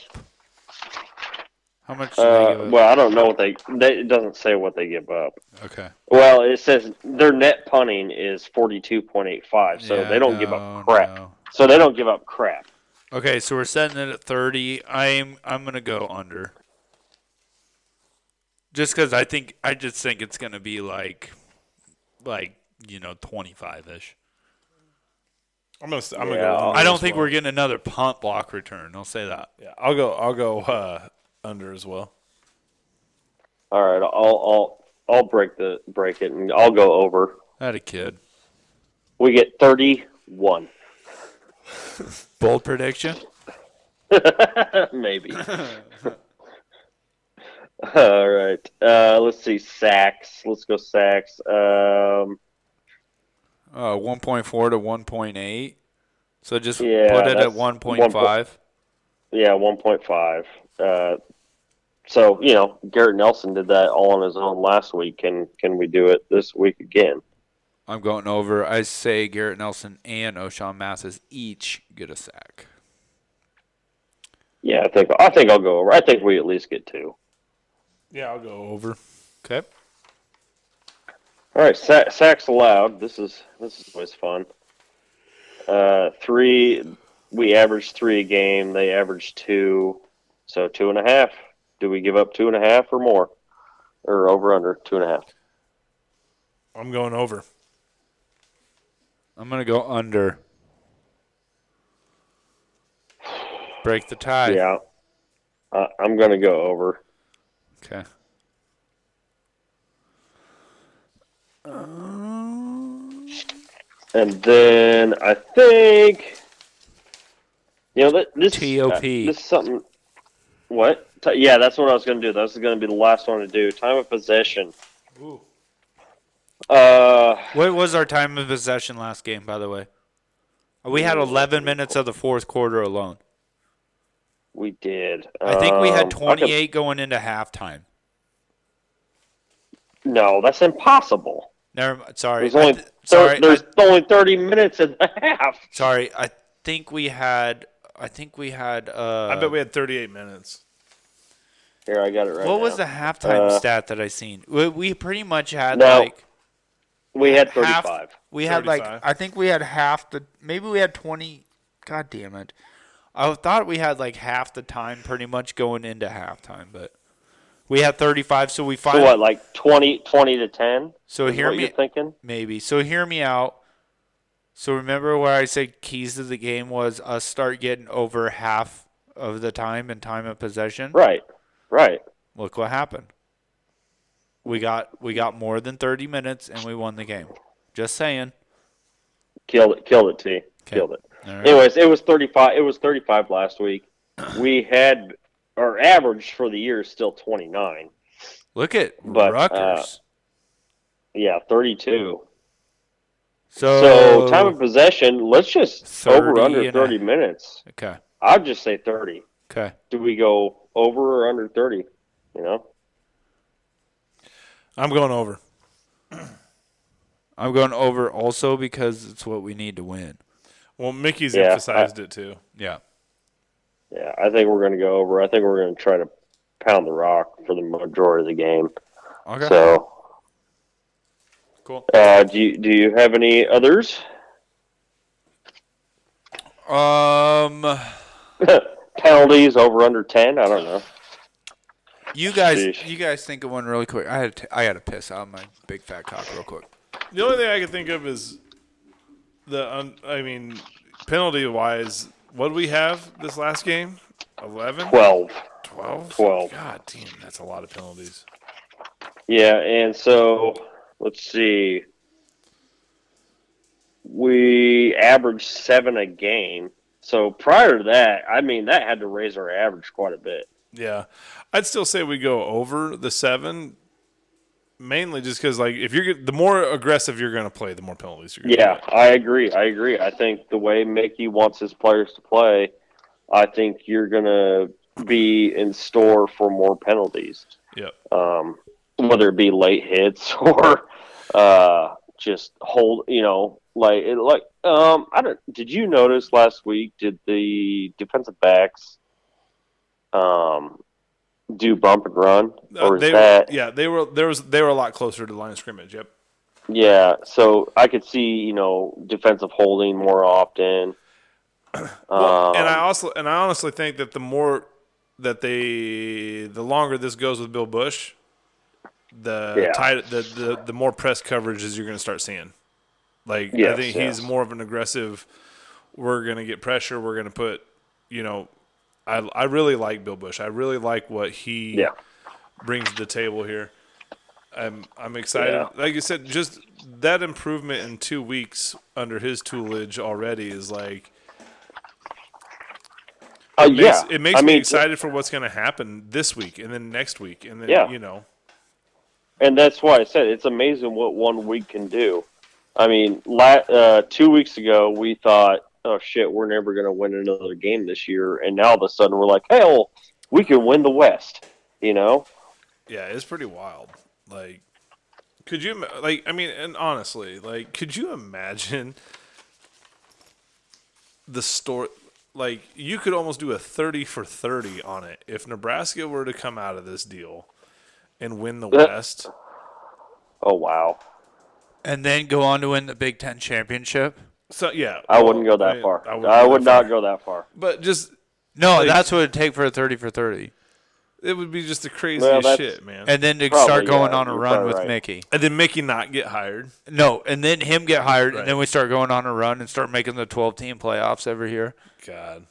A: How much? Do they
C: Uh,
A: give up?
C: well, I don't know what they, they. It doesn't say what they give up.
A: okay.
C: Well, it says their net punting is 42.85, so
A: Yeah,
C: they don't give
A: no,
C: up crap.
A: no.
C: So they don't give up crap.
A: Okay, so we're setting it at thirty. I'm I'm gonna go under. Just because I think I just think it's gonna be like, like you know, twenty five ish.
B: I'm gonna. I'm gonna
C: Yeah,
B: go.
C: I'll-
B: Under
A: I don't
B: as
A: think
B: well.
A: we're getting another punt block return. I'll say that.
B: Yeah, I'll go. I'll go uh, under as well.
C: All right, I'll I'll I'll break the break it and I'll go over.
A: I had a kid.
C: We get 31.
A: Bold prediction.
C: Maybe. All right. Uh, let's see. Sacks. Let's go sacks. Um,
A: Uh, one point four to one point eight. So just
C: Yeah,
A: put it at
C: that's
A: one point five.
C: yeah, 1.5. Uh, so, you know, Garrett Nelson did that all on his own last week. Can, can we do it this week again?
A: I'm going over. I say Garrett Nelson and O'Shawn Masses each get a sack.
C: Yeah, I think I think I'll go over. I think we at least get two.
B: Yeah, I'll go over.
A: Okay.
C: All right, sa- sacks allowed. This is this is always fun. Uh, three. We average three a game. They average two, so two and a half. Do we give up two and a half or more, or over under two and a half?
B: I'm going over.
A: I'm gonna go under. Break the tie.
C: Yeah, uh, I'm gonna go over.
A: Okay.
C: And then I think, you know, th- this
A: TOP.
C: uh, this is something. What? T- yeah, that's what I was going to do. This is going to be the last one to do. Time of possession.
B: Ooh.
C: Uh,
A: What was our time of possession last game, by the way? We had 11 minutes of the fourth quarter alone.
C: we did.
A: I think we
C: Um,
A: had
C: I could-
A: 28 going into halftime.
C: no, that's impossible.
A: Never. mi- Sorry.
C: There's
A: I
C: only
A: th-
C: thir-
A: sorry. I,
C: there's only thirty minutes in the half.
A: sorry. I think we had. I think we had. Uh,
B: I bet we had 38 minutes.
C: Here, I got it right.
A: what was
C: now.
A: the halftime
C: Uh,
A: stat that I seen? We, we pretty much had
C: No.
A: like
C: We had
A: half-
C: thirty-five.
A: We had like
B: 35.
A: I think we had half the maybe we had twenty. God damn it! I thought we had like half the time pretty much going into halftime, but we had thirty five. So we
C: So
A: finally.
C: what, like 20, 20 to ten?
A: So
C: Is
A: hear
C: what
A: me-
C: You're thinking?
A: maybe. So hear me out. So remember where I said keys to the game was us start getting over half of the time and time of possession.
C: Right, right.
A: Look what happened. We got we got more than thirty minutes and we won the game. Just saying.
C: Killed it. Killed it. T. Killed it.
A: All right.
C: Anyways, it was thirty-five. It was thirty-five last week. We had our average for the year is still twenty-nine.
A: Look at
C: But, uh,
A: Rutgers.
C: Yeah, thirty-two.
A: so
C: So time of possession. Let's just
A: 30
C: over under
A: Oh. and a-
C: thirty minutes.
A: Okay.
C: I- I'd just say thirty.
A: Okay.
C: Do we go over or under thirty? You know,
B: I'm going over.
A: I'm going over also because it's what we need to win.
B: Well, Mickey's
C: Yeah,
B: emphasized it too.
A: Yeah.
C: yeah, I think we're going to go over. I think we're going to try to pound the rock for the majority of the game.
A: Okay.
C: So,
A: Cool.
C: uh, do you, do you have any others?
A: Um,
C: Penalties over under ten? I don't know.
A: you guys,
C: Sheesh.
A: you guys think of one really quick. I had, to, I had to piss out my big fat cock real quick.
B: The only thing I can think of is the. Un- I mean, penalty wise, what did we have this last game? 11?
C: Twelve.
B: 12?
C: 12.
B: God damn, that's a lot of penalties.
C: Yeah, and so let's see. We averaged seven a game. So prior to that, I mean, that had to raise our average quite a bit.
B: Yeah. I'd still say we go over the seven, mainly just because, like, if you're get- the more aggressive you're going to play, the more penalties you're going to
C: Yeah, I agree. I agree. I think the way Mickey wants his players to play, I think you're going to be in store for more penalties,
B: Yep.
C: um, whether it be late hits or uh, just hold. You know, like it, like um, I don't. Did you notice last week? Did the defensive backs um, do bump and run,
B: Uh,
C: or is
B: they,
C: that
B: yeah, they were there was they were a lot closer to the line of scrimmage. Yep.
C: Yeah, so I could see you know defensive holding more often.
B: Well,
C: Um,
B: and I also and I honestly think that the more that they the longer this goes with Bill Bush, the
C: Yeah.
B: tight the, the the more press coverages you're going to start seeing. Like I
C: Yes,
B: think
C: yes.
B: he's more of an aggressive. We're going to get pressure. We're going to put, you know, I I really like Bill Bush. I really like what he
C: yeah,
B: brings to the table here. I'm I'm excited.
C: Yeah.
B: Like you said, just that improvement in two weeks under his toolage already is like
C: uh,
B: makes,
C: yeah.
B: it makes
C: I
B: me
C: mean,
B: excited for what's going to happen this week and then next week and then
C: Yeah.
B: you know
C: and that's why I said it's amazing what one week can do. I mean, la- uh, two weeks ago we thought, oh shit, we're never going to win another game this year, and now all of a sudden we're like, hell, we can win the West. You know?
B: yeah it's pretty wild like could you ima- like i mean and honestly like could you imagine the story like you could almost do a 30 for 30 on it if nebraska were to come out of this deal and win the west
C: Oh wow,
A: And then go on to win the Big Ten championship.
B: so yeah
C: I wouldn't go that
B: mean,
C: far. I,
B: wouldn't go
C: would
B: that far.
C: not go that far.
B: but just
A: No, that's what it'd take for a thirty for thirty,
B: it would be just the
C: Well,
B: craziest
C: that's-
B: shit man
A: and then to
C: Probably,
A: start going
C: yeah,
A: on a
C: you're
A: run
C: probably
A: with
C: right.
A: Mickey.
B: and then mickey not get hired
A: No, and then him get hired,
B: Right.
A: and then we start going on a run and start making the twelve team playoffs every year.
B: god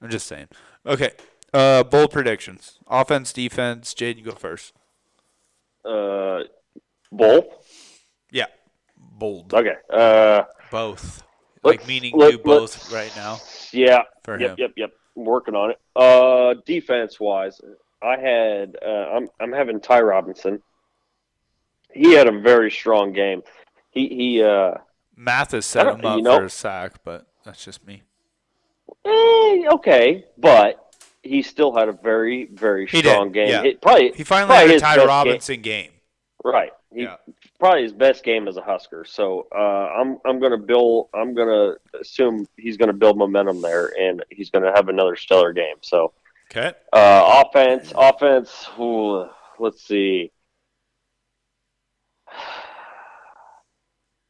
A: I'm just saying. Okay. Uh, bold predictions. Offense, defense. Jade, you go first.
C: Uh, both.
A: Yeah.
B: bold
C: Okay. Uh,
A: Both. like
C: Let's-
A: meaning
C: let-
A: you both
C: let's-
A: right now.
C: Yeah.
A: For
C: yep,
A: him.
C: yep, yep. I'm working on it. Uh, defense wise, I had uh, I'm I'm having Ty Robinson. He had a very strong game. He he uh
A: Mathis set
C: I don't-
A: him up
C: you know-
A: for a sack, but that's just me.
C: eh, okay, but he still had a very very
A: He did,
C: strong game.
A: yeah.
C: It, probably
A: He finally
C: probably
A: had a
C: his
A: Ty
C: best
A: Robinson game.
C: game. Right. He,
A: Yeah.
C: Probably his best game as a Husker. So uh, I'm I'm gonna build. I'm gonna assume he's gonna build momentum there, and he's gonna have another stellar game. So
B: okay
C: Uh, offense, offense. ooh, let's see.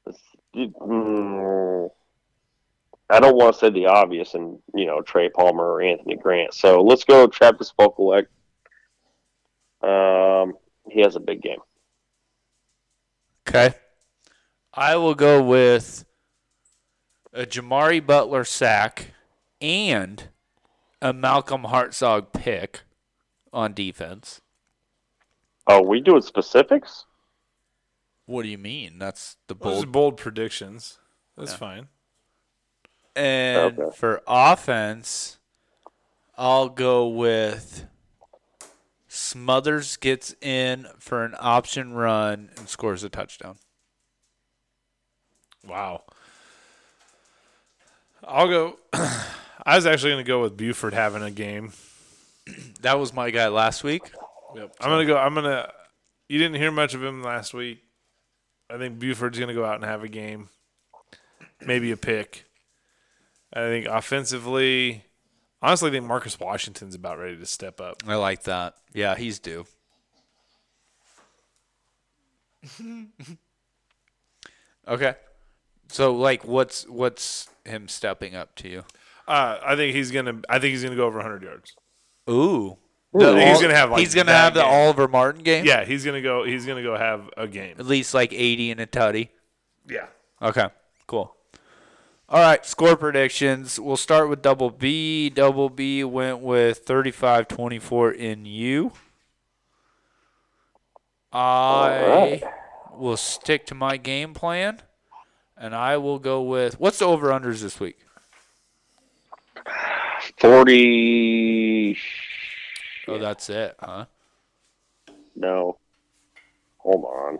C: Let's- mm, I don't want to say the obvious, and you know Trey Palmer or Anthony Grant. So let's go Travis Pokolek. Um, he has a big game.
A: Okay. I will go with a Jamari Butler sack and a Malcolm Hartzog pick on defense.
C: Oh, we doing specifics?
A: What do you mean? That's the
B: Those
A: bold
B: are bold predictions. That's fine.
A: And
C: Okay.
A: for offense, I'll go with Smothers gets in for an option run and scores a touchdown.
B: Wow. I'll go. I was actually going to go with Buford having a game.
A: That was my guy last week.
B: I'm going to go. I'm going to. You didn't hear much of him last week. I think Buford's going to go out and have a game, maybe a pick. I think offensively, honestly, I think Marcus Washington's about ready to step up.
A: I like that. Yeah, he's due. okay. So like what's what's him stepping up to you?
B: Uh, I think he's going to. I think he's going to go over 100 yards.
A: Ooh.
B: I think he's gonna have, like,
A: he's gonna
B: that
A: have the
B: game.
A: Oliver Martin game.
B: Yeah, he's going to go. He's going to go have a game.
A: At least like eighty and a tutty.
B: Yeah.
A: Okay, cool. All right, score predictions. We'll start with Double B. Double B went with 35-24 in you. I
C: right.
A: will stick to my game plan, and I will go with what's the over unders this week?
C: 40.
A: Oh, that's it, huh?
C: No. Hold on.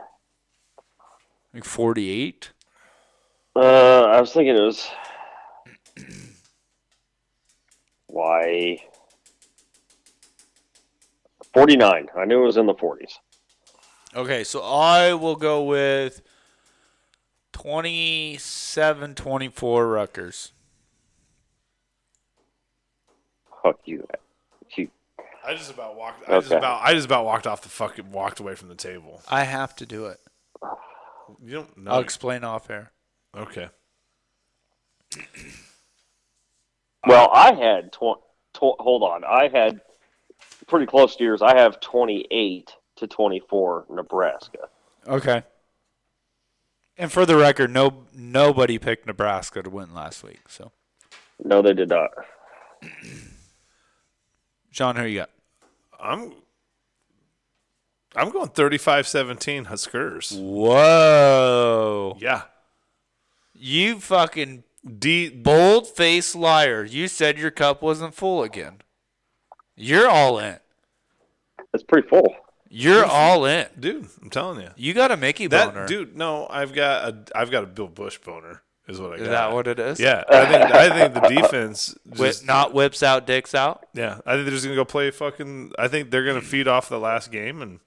A: Like forty-eight.
C: Uh, I was thinking it was. Why? 49. I knew it was in the 40s.
A: Okay, so I will go with 27-24 Rutgers.
C: Fuck you. You
B: I just about walked. I just
C: Okay.
B: about. I just about walked off the fucking. Walked away from the table.
A: I have to do it.
B: You don't know.
A: I'll explain off air.
B: okay.
C: Well, I had tw- tw- hold on. I had pretty close to yours. I have 28 to 24 Nebraska.
A: Okay. And for the record, no nobody picked Nebraska to win last week. So,
C: No, they did not.
A: John, who you got?
B: I'm. I'm going 35-17 Huskers.
A: Whoa!
B: Yeah.
A: You fucking
B: D
A: bold faced liar! You said your cup wasn't full again. You're all in.
C: It's pretty full.
A: You're all in.
B: dude, I'm telling you.
A: You got a Mickey
B: That
A: boner.
B: dude, no, I've got a I've got a Bill Bush boner is what I got.
A: Is that what it is?
B: Yeah. I think I think the defense
A: Whip,
B: just,
A: not whips out, dicks out.
B: Yeah. I think they're just gonna go play fucking I think they're gonna feed off the last game and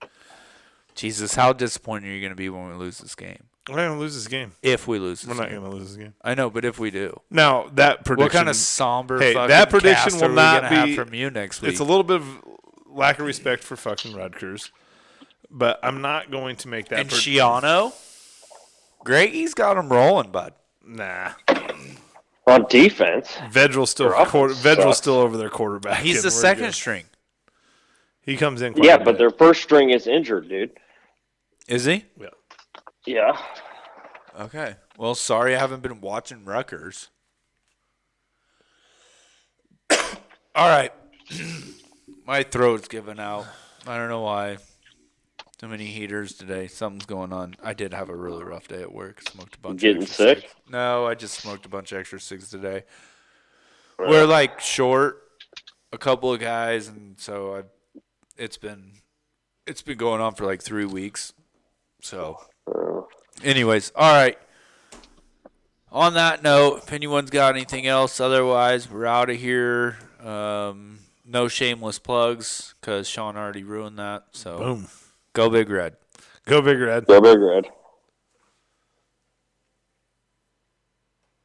A: Jesus, how disappointed are you going to be when we lose this game?
B: we're not gonna lose this game.
A: If we lose this
B: We're not
A: game.
B: gonna lose this game.
A: I know, but if we do.
B: Now that prediction
A: What kind of somber
B: Hey,
A: fucking
B: that prediction
A: cast
B: will
A: are we
B: not
A: gonna have
B: be-
A: from you next week?
B: it's a little bit of lack of respect for fucking Rutgers. But I'm not going to make that
A: and
B: pred-
A: Shiano, Greggy's got him rolling, bud.
B: nah.
C: On defense,
B: Vedril's still
C: Their offense
B: quarter, Vedril's
C: sucks.
B: still over their quarterback.
A: He's
B: and
A: the
B: we're
A: second
B: good.
A: string,
B: He comes in. Quite
C: yeah,
B: a
C: but their
B: bit.
C: first string is injured, dude.
A: is he?
B: Yeah.
C: Yeah,
A: Okay. Well, sorry, I haven't been watching Rutgers. All right, my throat's giving out. I don't know why. Too many heaters today. Something's going on. I did have a really rough day at work. Smoked a bunch.
C: Getting
A: of extra cigs.
C: sick?
A: No, I just smoked a bunch of extra cigs today. We're like short a couple of guys, and so I. It's been, it's been going on for like three weeks. So Anyways, all right. On that note, if anyone's got anything else, otherwise we're out of here. Um, no shameless plugs because Sean already ruined that. So
B: Boom.
A: go big red.
B: Go big red.
C: go big red.